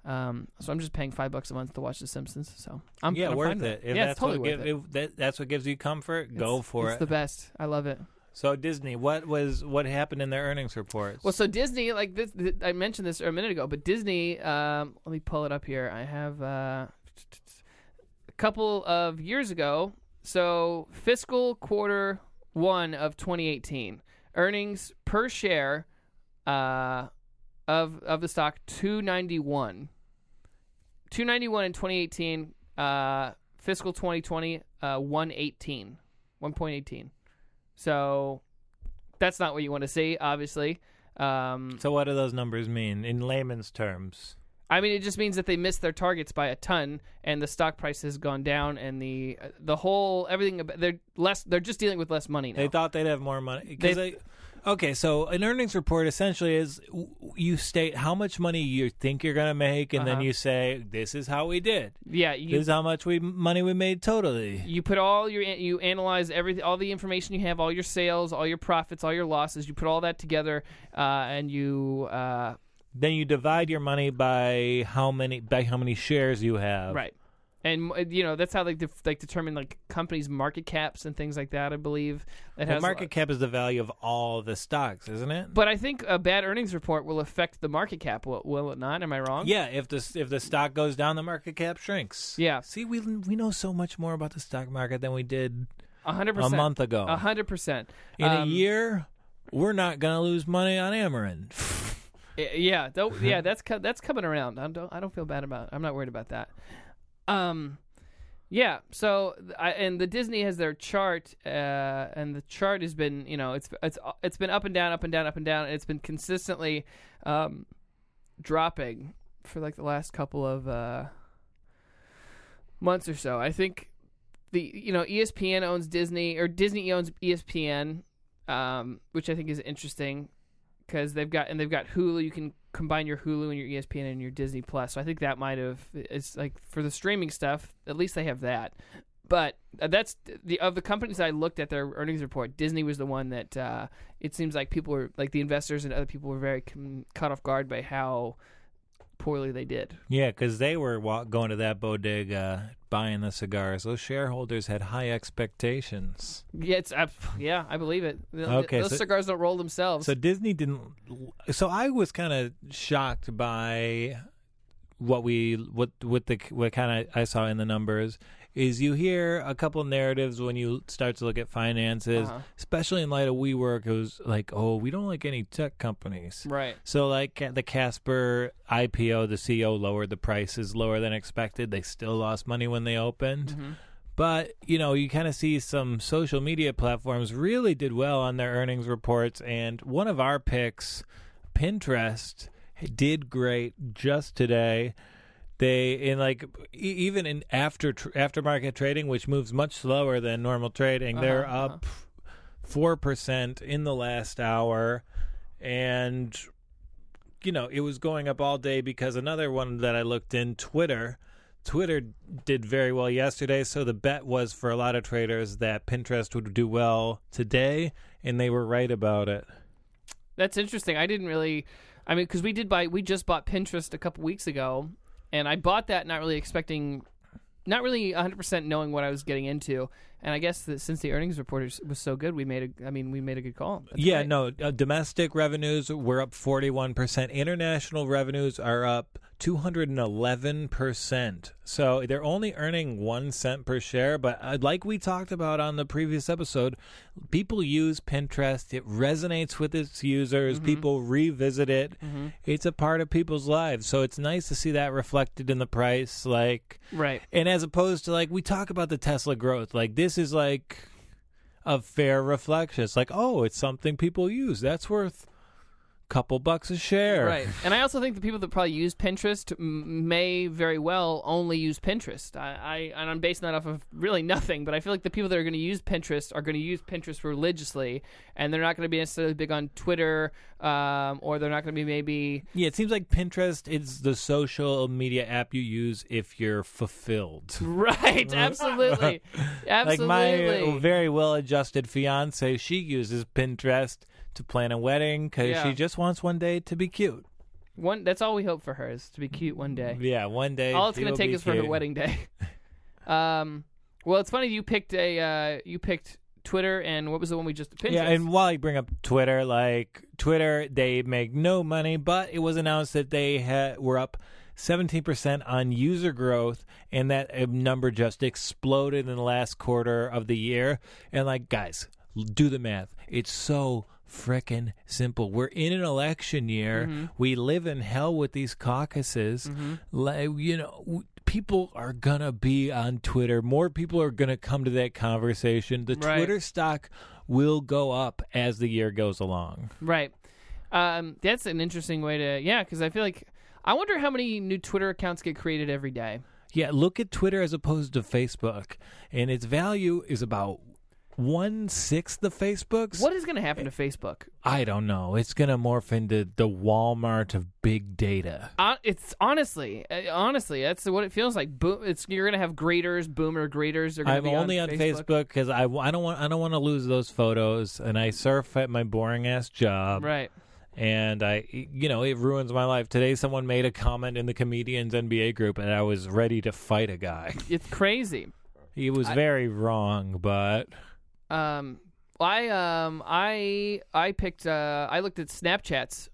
Speaker 1: Um, so I'm just paying five bucks a month to watch The Simpsons. So I'm
Speaker 2: yeah,
Speaker 1: I'm
Speaker 2: worth
Speaker 1: fine with
Speaker 2: it. If
Speaker 1: yeah,
Speaker 2: that's
Speaker 1: it's totally
Speaker 2: what
Speaker 1: worth
Speaker 2: give-
Speaker 1: it.
Speaker 2: if that, that's what gives you comfort. go
Speaker 1: It's-
Speaker 2: for
Speaker 1: It's
Speaker 2: it.
Speaker 1: the best. I love it.
Speaker 2: so Disney, what was what happened in their earnings reports?
Speaker 1: Well, so Disney, like this, th- I mentioned this a minute ago, but Disney, um, let me pull it up here. I have uh, a couple of years ago. So fiscal quarter one of 2018, earnings per share uh, of of the stock 291, 291 in 2018, uh, fiscal 2020, uh, 118, 1.18. So that's not what you want to see, obviously. Um,
Speaker 2: so what do those numbers mean in layman's terms?
Speaker 1: I mean, it just means that they missed their targets by a ton, and the stock price has gone down, and the uh, the whole everything ab- they're less they're just dealing with less money now.
Speaker 2: They thought they'd have more money. 'Cause
Speaker 1: They-
Speaker 2: they- okay, so an earnings report essentially is w- you state how much money you think you're going to make, and then
Speaker 1: Uh-huh.
Speaker 2: you say, this is how we did.
Speaker 1: yeah,
Speaker 2: This
Speaker 1: you
Speaker 2: is how much we money we made totally.
Speaker 1: you put all your you analyze everything, all the information you have, all your sales, all your profits, all your losses. You put all that together, uh, and you uh,
Speaker 2: Then you divide your money by how many by how many shares you have.
Speaker 1: right, and uh, you know that's how they def- like determine like companies' market caps and things like that. I believe that
Speaker 2: Well,
Speaker 1: has
Speaker 2: market cap is the value of all the stocks, isn't it?
Speaker 1: But I think a bad earnings report will affect the market cap, will, will it not? Am I wrong?
Speaker 2: yeah, if the if the stock goes down, the market cap shrinks.
Speaker 1: Yeah.
Speaker 2: See, we we know so much more about the stock market than we did
Speaker 1: a 100%.
Speaker 2: a month ago.
Speaker 1: A 100%.
Speaker 2: In a
Speaker 1: Um,
Speaker 2: year, we're not going to lose money on Amarin.
Speaker 1: y- Yeah, though, yeah, that's co- that's coming around. I don't I don't feel bad about. I'm not worried about that. Um yeah, so th- I, and the Disney has their chart uh and the chart has been, you know, it's it's it's been up and down, up and down, up and down and it's been consistently um dropping for like the last couple of uh months or so. I think the you know E ESPN owns Disney or Disney owns E ESPN, um, which I think is interesting because they've got and they've got Hulu. You can combine your Hulu and your E ESPN and your Disney Plus. So I think that might have it's like for the streaming stuff. At least they have that. But uh, that's the of the companies I looked at their earnings report. Disney was the one that uh, it seems like people were like the investors and other people were very com- caught off guard by how poorly they did.
Speaker 2: Yeah, because they were wa- going to that bodega buying the cigars. Those shareholders had high expectations.
Speaker 1: Yeah, it's I, yeah, I believe it. The-
Speaker 2: Okay,
Speaker 1: those
Speaker 2: so-
Speaker 1: cigars don't roll themselves.
Speaker 2: So Disney didn't. So I was kind of shocked by what we what what the what kind of I saw in the numbers is you hear a couple narratives when you start to look at finances,
Speaker 1: Uh-huh.
Speaker 2: especially in light of WeWork. It was like, oh, we don't like any tech companies.
Speaker 1: Right.
Speaker 2: So, like at the Casper IPO, the CEO lowered the prices lower than expected. They still lost money when they opened.
Speaker 1: Mm-hmm.
Speaker 2: But, you know, you kind of see some social media platforms really did well on their earnings reports. And one of our picks, Pinterest, did great just today. They in like e- even in after tr- aftermarket trading, which moves much slower than normal trading, they're
Speaker 1: Uh-huh, uh-huh.
Speaker 2: up four percent in the last hour, and you know, it was going up all day because another one that I looked in, Twitter, Twitter did very well yesterday. So the bet was for a lot of traders that Pinterest would do well today, and they were right about it.
Speaker 1: That's interesting. I didn't really. I mean, because we did buy. We just bought Pinterest a couple weeks ago, and I bought that not really expecting, not really 100 percent knowing what I was getting into. And I guess that since the earnings report is- was so good, we made a. I mean, we made a good call. That's
Speaker 2: yeah,
Speaker 1: great.
Speaker 2: no, uh, domestic revenues were up 41%. International revenues are up 211%. So they're only earning 1 cent per share, but uh, like we talked about on the previous episode, people use Pinterest. It resonates with its users. People revisit it. It's a part of people's lives. So it's nice to see that reflected in the price like
Speaker 1: Right.
Speaker 2: and as opposed to like we talk about the Tesla growth, like this is like a fair reflection. It's like, oh, it's something people use. That's worth a couple bucks a share.
Speaker 1: Right. And I also think the people that probably use Pinterest m- may very well only use Pinterest. I, I and I'm basing that off of really nothing, but I feel like the people that are going to use Pinterest are going to use Pinterest religiously, and they're not going to be necessarily big on Twitter, um, or they're not going to be maybe
Speaker 2: Yeah, it seems like Pinterest is the social media app you use if you're fulfilled.
Speaker 1: right. Absolutely.
Speaker 2: Like
Speaker 1: Absolutely.
Speaker 2: my uh, very well adjusted fiance, she uses Pinterest to plan a wedding because
Speaker 1: Yeah.
Speaker 2: she just wants one day to be cute.
Speaker 1: one. That's all we hope for her is to be cute one day.
Speaker 2: Yeah, one day.
Speaker 1: all it's
Speaker 2: she
Speaker 1: gonna
Speaker 2: will
Speaker 1: take
Speaker 2: be
Speaker 1: is for her
Speaker 2: cute.
Speaker 1: wedding day. um, well, it's funny you picked a uh, you picked Twitter and what was the one we just Pinterest?
Speaker 2: Yeah, and while you bring up Twitter, like Twitter, they make no money, but it was announced that they ha- were up 17% on user growth, and that uh, number just exploded in the last quarter of the year. And, like, guys, l- do the math. It's so frickin' simple. We're in an election year. We live in hell with these caucuses. Like, you know, w- people are going to be on Twitter. More people are going to come to that conversation. The
Speaker 1: Right.
Speaker 2: Twitter stock will go up as the year goes along.
Speaker 1: Right. Um, that's an interesting way to yeah, because I feel like I wonder how many new Twitter accounts get created every day.
Speaker 2: Yeah, look at Twitter as opposed to Facebook, and its value is about one sixth of Facebook's.
Speaker 1: What is going to happen
Speaker 2: Eh.
Speaker 1: to Facebook?
Speaker 2: I don't know. It's gonna morph into the Walmart of big data.
Speaker 1: Uh, it's honestly, uh, honestly, that's what it feels like. Boom, it's you're going to have graders, boomer graders. They're gonna
Speaker 2: I'm
Speaker 1: be
Speaker 2: only
Speaker 1: on
Speaker 2: on Facebook because I, w- I don't want I don't want to lose those photos, and I surf at my boring ass job.
Speaker 1: Right.
Speaker 2: and I, you know, it ruins my life. Today, someone made a comment in the comedians NBA group, and I was ready to fight a guy.
Speaker 1: It's crazy.
Speaker 2: He was
Speaker 1: I-
Speaker 2: very wrong, but
Speaker 1: Um, I um, I I picked. Uh, I looked at Snapchats.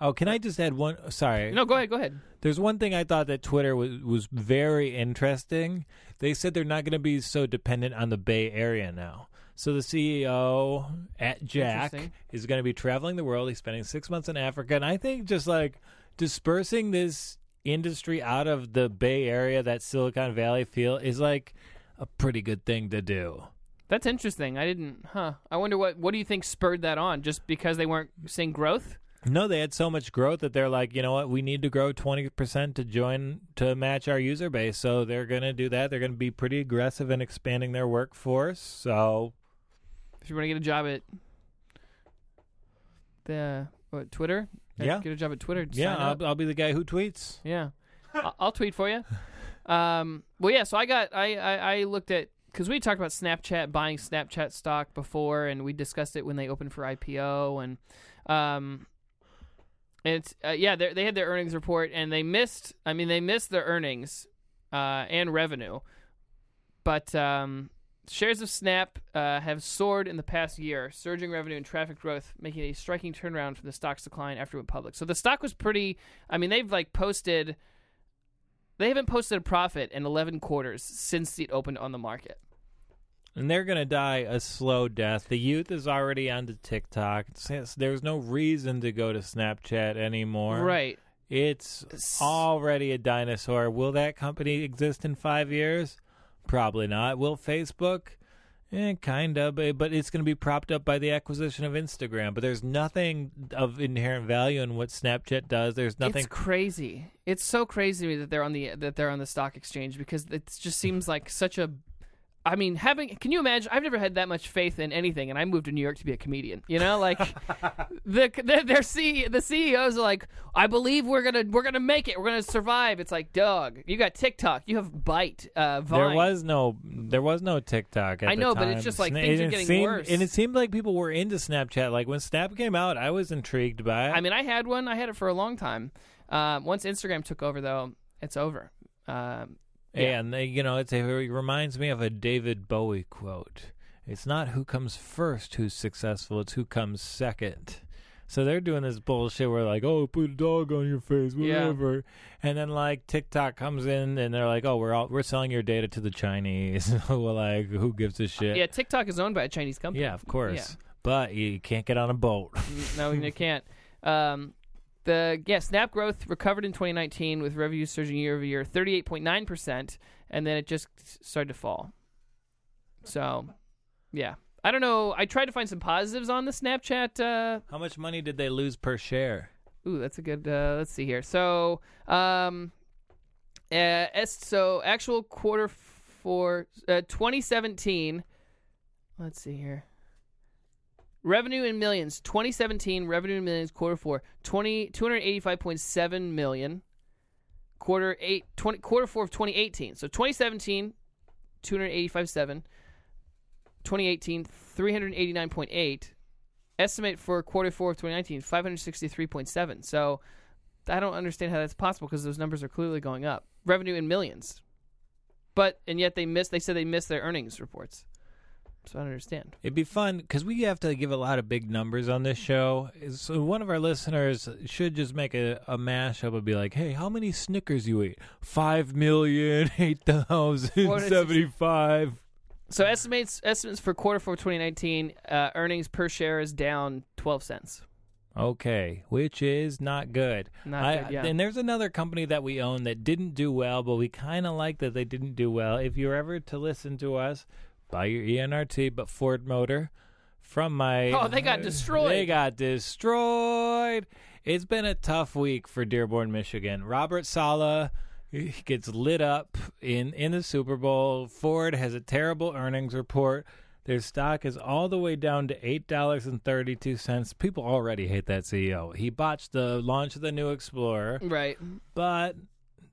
Speaker 2: oh, can I just add one? Sorry,
Speaker 1: No, go ahead. Go ahead.
Speaker 2: There's one thing I thought that Twitter was was very interesting. They said they're not going to be so dependent on the Bay Area now. So the CEO at Jack
Speaker 1: Interesting.
Speaker 2: is going to be traveling the world. He's spending six months in Africa, and I think just like dispersing this industry out of the Bay Area, that Silicon Valley feel, is like a pretty good thing to do.
Speaker 1: That's interesting. I didn't. Huh. I wonder what. What do you think spurred that on? Just because they weren't seeing growth?
Speaker 2: No, they had so much growth that they're like, you know what, we need to grow twenty percent to join to match our user base. So they're gonna do that. They're gonna be pretty aggressive in expanding their workforce. So
Speaker 1: If you want to get a job at the what, Twitter,
Speaker 2: Yeah.
Speaker 1: get a job at Twitter. sign
Speaker 2: yeah,
Speaker 1: up.
Speaker 2: I'll, I'll be the guy who tweets.
Speaker 1: yeah. I- I'll tweet for you. Um, well, yeah. So I got I I, I looked at because we talked about Snapchat buying Snapchat stock before, and we discussed it when they opened for IPO, and um, it's uh, yeah they they had their earnings report and they missed. I mean they missed their earnings uh, and revenue, but um, shares of Snap uh, have soared in the past year, surging revenue and traffic growth, making a striking turnaround from the stock's decline after it went public. So the stock was pretty. I mean they've like posted They haven't posted a profit in 11 quarters since it opened on the market.
Speaker 2: And they're going to die a slow death. The youth is already onto TikTok. Since There's no reason to go to Snapchat anymore.
Speaker 1: Right.
Speaker 2: It's
Speaker 1: S-
Speaker 2: already a dinosaur. Will that company exist in five years? Probably not. Will Facebook? Eh, kind of, but but it's going to be propped up by the acquisition of Instagram. But there's nothing of inherent value in what Snapchat does. There's nothing.
Speaker 1: It's crazy. It's so crazy to me that they're on the that they're on the stock exchange because it just seems like such a. I mean, having can you imagine? I've never had that much faith in anything, and I moved to New York to be a comedian. You know, like the, the their C the CEOs are like, I believe we're gonna we're gonna make it. We're gonna survive. It's like, dog, you got TikTok, you have Bite, uh, Vine.
Speaker 2: there was no, there was no TikTok. At
Speaker 1: I
Speaker 2: the
Speaker 1: know, but it's
Speaker 2: time.
Speaker 1: just like
Speaker 2: Sna-
Speaker 1: things are
Speaker 2: it
Speaker 1: getting
Speaker 2: seemed-
Speaker 1: worse.
Speaker 2: and it seemed like people were into Snapchat. Like when Snap came out, I was intrigued by it.
Speaker 1: I mean, I had one. I had it for a long time. Um, once Instagram took over, though, it's over. Um, yeah.
Speaker 2: And they, you know, it's, it reminds me of a David Bowie quote. It's not who comes first who's successful; it's who comes second. So they're doing this bullshit where like, oh, put a dog on your face,
Speaker 1: Yeah.
Speaker 2: whatever, and then like TikTok comes in and they're like, oh, we're all, we're selling your data to the Chinese. we're like, who gives a shit?
Speaker 1: yeah, TikTok is owned by a Chinese company.
Speaker 2: Yeah, of course. But you can't get on a boat.
Speaker 1: no, you can't. Um, the yeah, Snap growth recovered in 2019 with revenue surging year over year, 38.9 percent, and then it just started to fall. So, yeah, I don't know. I tried to find some positives on the Snapchat.
Speaker 2: How much money did they lose per share?
Speaker 1: Uh, ooh, that's a good. Uh, let's see here. So, um, uh, es- so actual quarter for uh, 2017. Let's see here. Revenue in millions. 2017 revenue in millions. Quarter four. 20, 285.7 million. Quarter eight. 20, quarter four of 2018. So 2017, 285.7. 2018, 389.8. Estimate for quarter four of 2019, 563.7. So I don't understand how that's possible because those numbers are clearly going up. Revenue in millions. But and yet they missed. They said they missed their earnings reports. So I don't understand.
Speaker 2: It'd be fun because we have to give a lot of big numbers on this show. So one of our listeners should just make a, a mashup and be like, "Hey, how many Snickers you eat? Five million eight thousand seventy-five.
Speaker 1: So estimates estimates for quarter four 2019 uh, earnings per share is down 12 cents.
Speaker 2: Okay, which is not good.
Speaker 1: Not
Speaker 2: I-
Speaker 1: good, yeah.
Speaker 2: And there's another company that we own that didn't do well, but we kind of like that they didn't do well. If you're ever to listen to us, buy your E ENRT, but Ford Motor from my.
Speaker 1: Oh, they got destroyed.
Speaker 2: They got destroyed. It's been a tough week for Dearborn, Michigan. Robert Sala he gets lit up in, in the Super Bowl. Ford has a terrible earnings report. Their stock is all the way down to $8.32. People already hate that CEO. He botched the launch of the new Explorer,
Speaker 1: Right.
Speaker 2: but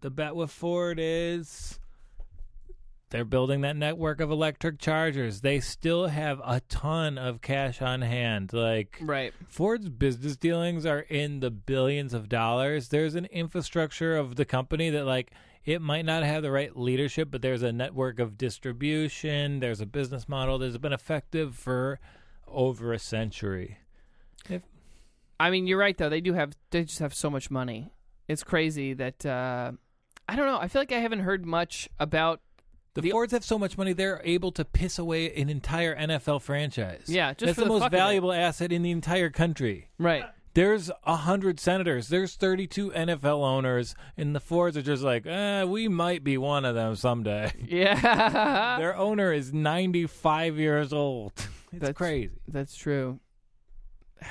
Speaker 2: the bet with Ford is they're building that network of electric chargers. They still have a ton of cash on hand. Like
Speaker 1: Right.
Speaker 2: Ford's business dealings are in the billions of dollars. There's an infrastructure of the company that like it might not have the right leadership, but there's a network of distribution, there's a business model that's been effective for over a century.
Speaker 1: I mean, you're right though. They do have. They just have so much money. It's crazy that. Uh, I don't know. I feel like I haven't heard much about.
Speaker 2: The,
Speaker 1: The-
Speaker 2: Fords have so much money they're able to piss away an entire NFL franchise.
Speaker 1: Yeah, just
Speaker 2: That's
Speaker 1: for
Speaker 2: the
Speaker 1: the
Speaker 2: most
Speaker 1: fuck of it.
Speaker 2: valuable asset in the entire country.
Speaker 1: Right.
Speaker 2: There's a hundred senators. There's 32 NFL owners, and the Fords are just like, eh, we might be one of them someday.
Speaker 1: Yeah.
Speaker 2: Their owner is 95 years old. It's
Speaker 1: That's-
Speaker 2: crazy.
Speaker 1: That's true.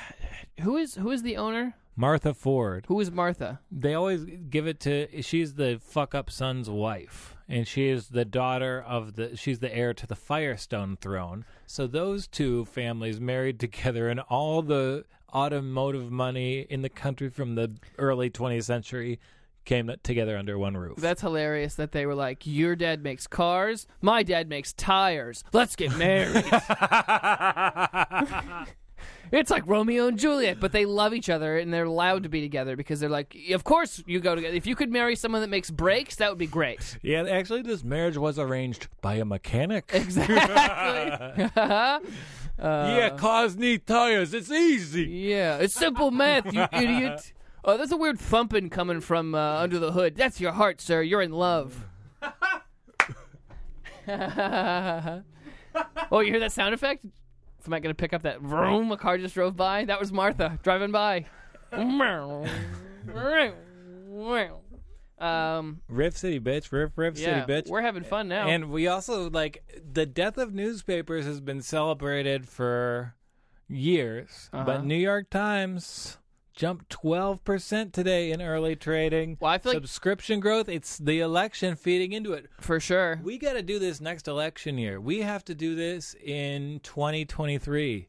Speaker 1: Who is who is the owner?
Speaker 2: Martha Ford.
Speaker 1: Who is Martha?
Speaker 2: They always give it to she's the fuck up son's wife and she is the daughter of the she's the heir to the Firestone throne. So those two families married together and all the automotive money in the country from the early 20th century came together under one roof.
Speaker 1: That's hilarious that they were like, Your dad makes cars, my dad makes tires. Let's get married. it's like Romeo and Juliet, but they love each other and they're allowed to be together because they're like, Of course you go together. If you could marry someone that makes brakes, that would be great.
Speaker 2: yeah, actually this marriage was arranged by a mechanic.
Speaker 1: Exactly. Uh.
Speaker 2: yeah, cars need tires. It's easy.
Speaker 1: yeah. It's simple math, you idiot. Oh, there's a weird thumping coming from uh, under the hood. That's your heart, sir. You're in love. oh, you hear that sound effect? Somebody gonna pick up that vroom a car just drove by? That was Martha driving by. um,
Speaker 2: Riff City, bitch. Riff, Riff
Speaker 1: yeah,
Speaker 2: City, bitch.
Speaker 1: we're having fun now.
Speaker 2: And we also like the death of newspapers has been celebrated for years,
Speaker 1: Uh-huh.
Speaker 2: but New York Times jumped 12% today in early trading.
Speaker 1: well, I feel like
Speaker 2: Subscription growth, it's the election feeding into it.
Speaker 1: for sure.
Speaker 2: We got to do this next election year. We have to do this in 2023.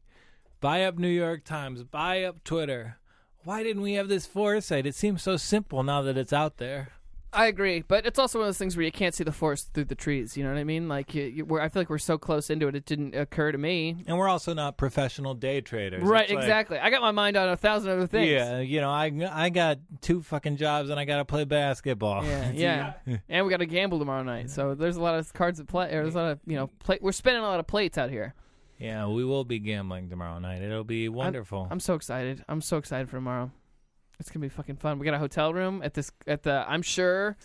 Speaker 2: Buy up New York Times, buy up Twitter. Why didn't we have this foresight? It seems so simple now that it's out there.
Speaker 1: I agree, but it's also one of those things where you can't see the forest through the trees. You know what I mean? Like, you, you, we're, I feel like we're so close into it, it didn't occur to me.
Speaker 2: And we're also not professional day traders.
Speaker 1: right,
Speaker 2: It's like-
Speaker 1: exactly. I got my mind on a thousand other things.
Speaker 2: Yeah, you know, I I got two fucking jobs and I got to play basketball.
Speaker 1: Yeah, yeah. and we got to gamble tomorrow night, so there's a lot of cards at play. Or there's a lot of you know, plate. We're spinning a lot of plates out here.
Speaker 2: Yeah, we will be gambling tomorrow night. It'll be wonderful.
Speaker 1: I'm so excited. I'm so excited for tomorrow. It's gonna be fucking fun. We got a hotel room at this at the. I'm sure.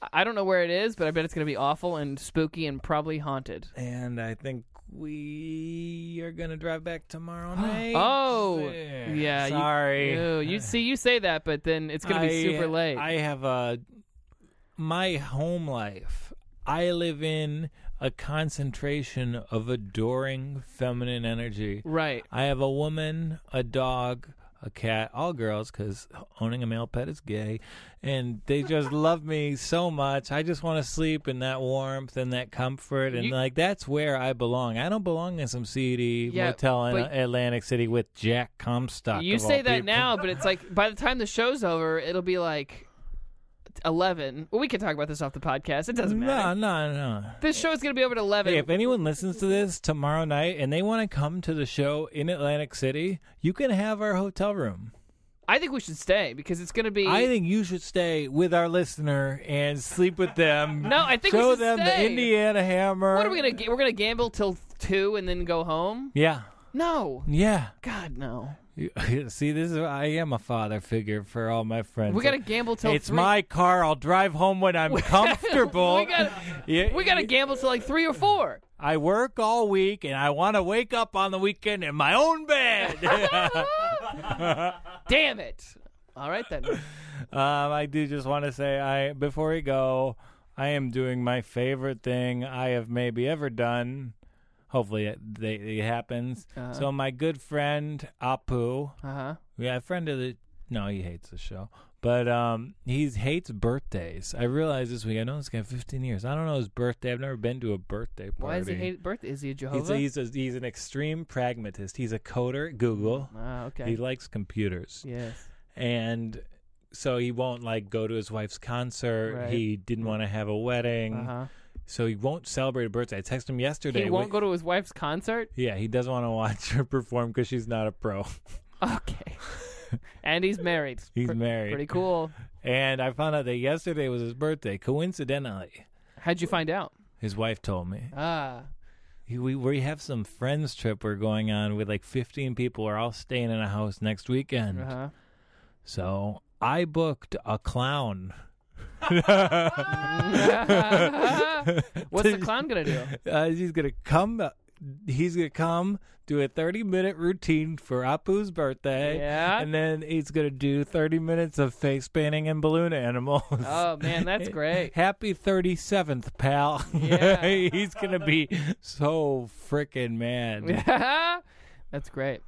Speaker 1: I- I don't know where it is, but I bet it's gonna be awful and spooky and probably haunted.
Speaker 2: and I think we are going to drive back tomorrow night.
Speaker 1: Oh,
Speaker 2: There.
Speaker 1: yeah, you-
Speaker 2: Sorry.
Speaker 1: Ew, you see, you say that, but then it's gonna be
Speaker 2: I- uh,
Speaker 1: super late.
Speaker 2: I have a my home life. I live in a concentration of adoring feminine energy.
Speaker 1: right.
Speaker 2: I have a woman, a dog, a cat, all girls, because owning a male pet is gay. And they just love me so much. I just want to sleep in that warmth and that comfort. And,
Speaker 1: You-
Speaker 2: like, that's where I belong. I don't belong in some seedy
Speaker 1: Yeah,
Speaker 2: motel in
Speaker 1: but-
Speaker 2: Atlantic City with Jack Comstock.
Speaker 1: You
Speaker 2: of
Speaker 1: say
Speaker 2: all
Speaker 1: that
Speaker 2: people.
Speaker 1: now, but it's like by the time the show's over, it'll be like eleven. Well, we can talk about this off the podcast. It doesn't matter.
Speaker 2: No, no, no.
Speaker 1: This show's gonna be over at eleven.
Speaker 2: Hey, if anyone listens to this tomorrow night and they want to come to the show in Atlantic City, you can have our hotel room.
Speaker 1: I think we should stay because it's gonna be.
Speaker 2: I think you should stay with our listener and sleep with them.
Speaker 1: No, I think we
Speaker 2: show
Speaker 1: should
Speaker 2: them
Speaker 1: stay.
Speaker 2: the Indiana Hammer.
Speaker 1: what are we gonna? Ga- we're gonna gamble till two and then go home?
Speaker 2: Yeah,
Speaker 1: No,
Speaker 2: yeah.
Speaker 1: God no.
Speaker 2: You- See, this is I am a father figure for all my friends.
Speaker 1: We gotta gamble till.
Speaker 2: It's
Speaker 1: three-
Speaker 2: my car. I'll drive home when I'm comfortable.
Speaker 1: We gotta-
Speaker 2: Yeah,
Speaker 1: We gotta gamble till like three or four.
Speaker 2: I work all week and I want to wake up on the weekend in my own bed.
Speaker 1: Damn it! All right then.
Speaker 2: Um, I do just want to say, I before we go, I am doing my favorite thing I have maybe ever done. Hopefully, it, they, it happens.
Speaker 1: Uh-huh.
Speaker 2: So, my good friend Apu,
Speaker 1: Uh huh.
Speaker 2: yeah, a friend of the. No, he hates the show, but um, he hates birthdays. I realized this week. I know this guy 15 years. I don't know his birthday. I've never been to a birthday party.
Speaker 1: Why is he hate birth? Is he a
Speaker 2: He's
Speaker 1: Jehovah?
Speaker 2: a, he's, a, he's an extreme pragmatist. He's a coder at Google.
Speaker 1: Ah, okay.
Speaker 2: He likes computers
Speaker 1: yes.
Speaker 2: and so he won't like go to his wife's concert.
Speaker 1: Right.
Speaker 2: He didn't want to have a wedding,
Speaker 1: Uh huh.
Speaker 2: so he won't celebrate a birthday. I texted him yesterday.
Speaker 1: He won't go to his wife's concert.
Speaker 2: yeah, he doesn't want to watch her perform because she's not a pro.
Speaker 1: Okay. and he's married.
Speaker 2: He's
Speaker 1: Pre-
Speaker 2: married.
Speaker 1: Pretty cool.
Speaker 2: And I found out that yesterday was his birthday. Coincidentally,
Speaker 1: How'd you find out?
Speaker 2: his wife told me
Speaker 1: Ah,
Speaker 2: He- we we have some friends trip we're going on with like 15 people. We're all staying in a house next weekend.
Speaker 1: uh-huh.
Speaker 2: So I booked a clown.
Speaker 1: what's the clown gonna do?
Speaker 2: Uh, he's gonna come. He's gonna come do a thirty-minute routine for Apu's birthday.
Speaker 1: Yeah.
Speaker 2: and then he's gonna do thirty minutes of face painting and balloon animals.
Speaker 1: Oh man, that's great.
Speaker 2: Happy thirty-seventh, pal.
Speaker 1: Yeah.
Speaker 2: he's gonna be so freaking mad.
Speaker 1: that's great.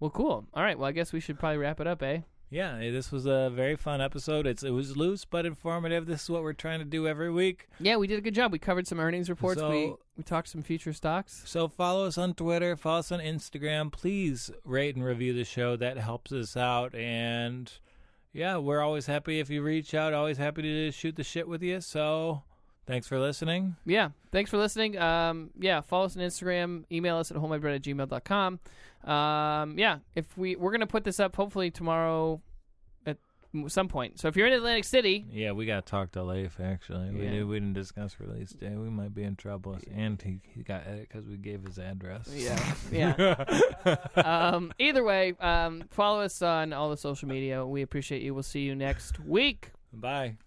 Speaker 1: Well, cool. All right. Well, I guess we should probably wrap it up, eh?
Speaker 2: Yeah, this was a very fun episode. It's it was loose but informative. This is what we're trying to do every week.
Speaker 1: Yeah, we did a good job. We covered some earnings reports. we
Speaker 2: So-
Speaker 1: we talked some future stocks.
Speaker 2: So follow us on Twitter, follow us on Instagram. Please rate and review the show. That helps us out. And yeah, we're always happy if you reach out. Always happy to shoot the shit with you. So thanks for listening.
Speaker 1: Yeah. Thanks for listening. Um, yeah, follow us on Instagram. Email us at homemidebread at gmail.com. Um, yeah, if we we're gonna put this up hopefully tomorrow at some point. So if you're in Atlantic City,
Speaker 2: Yeah, we got to talk to Leif, actually. We,
Speaker 1: Yeah.
Speaker 2: did, we didn't discuss release day. We might be in trouble. And he, he got it because we gave his address.
Speaker 1: yeah, yeah. um, either way, um, follow us on all the social media. We appreciate you. We'll see you next week.
Speaker 2: Bye.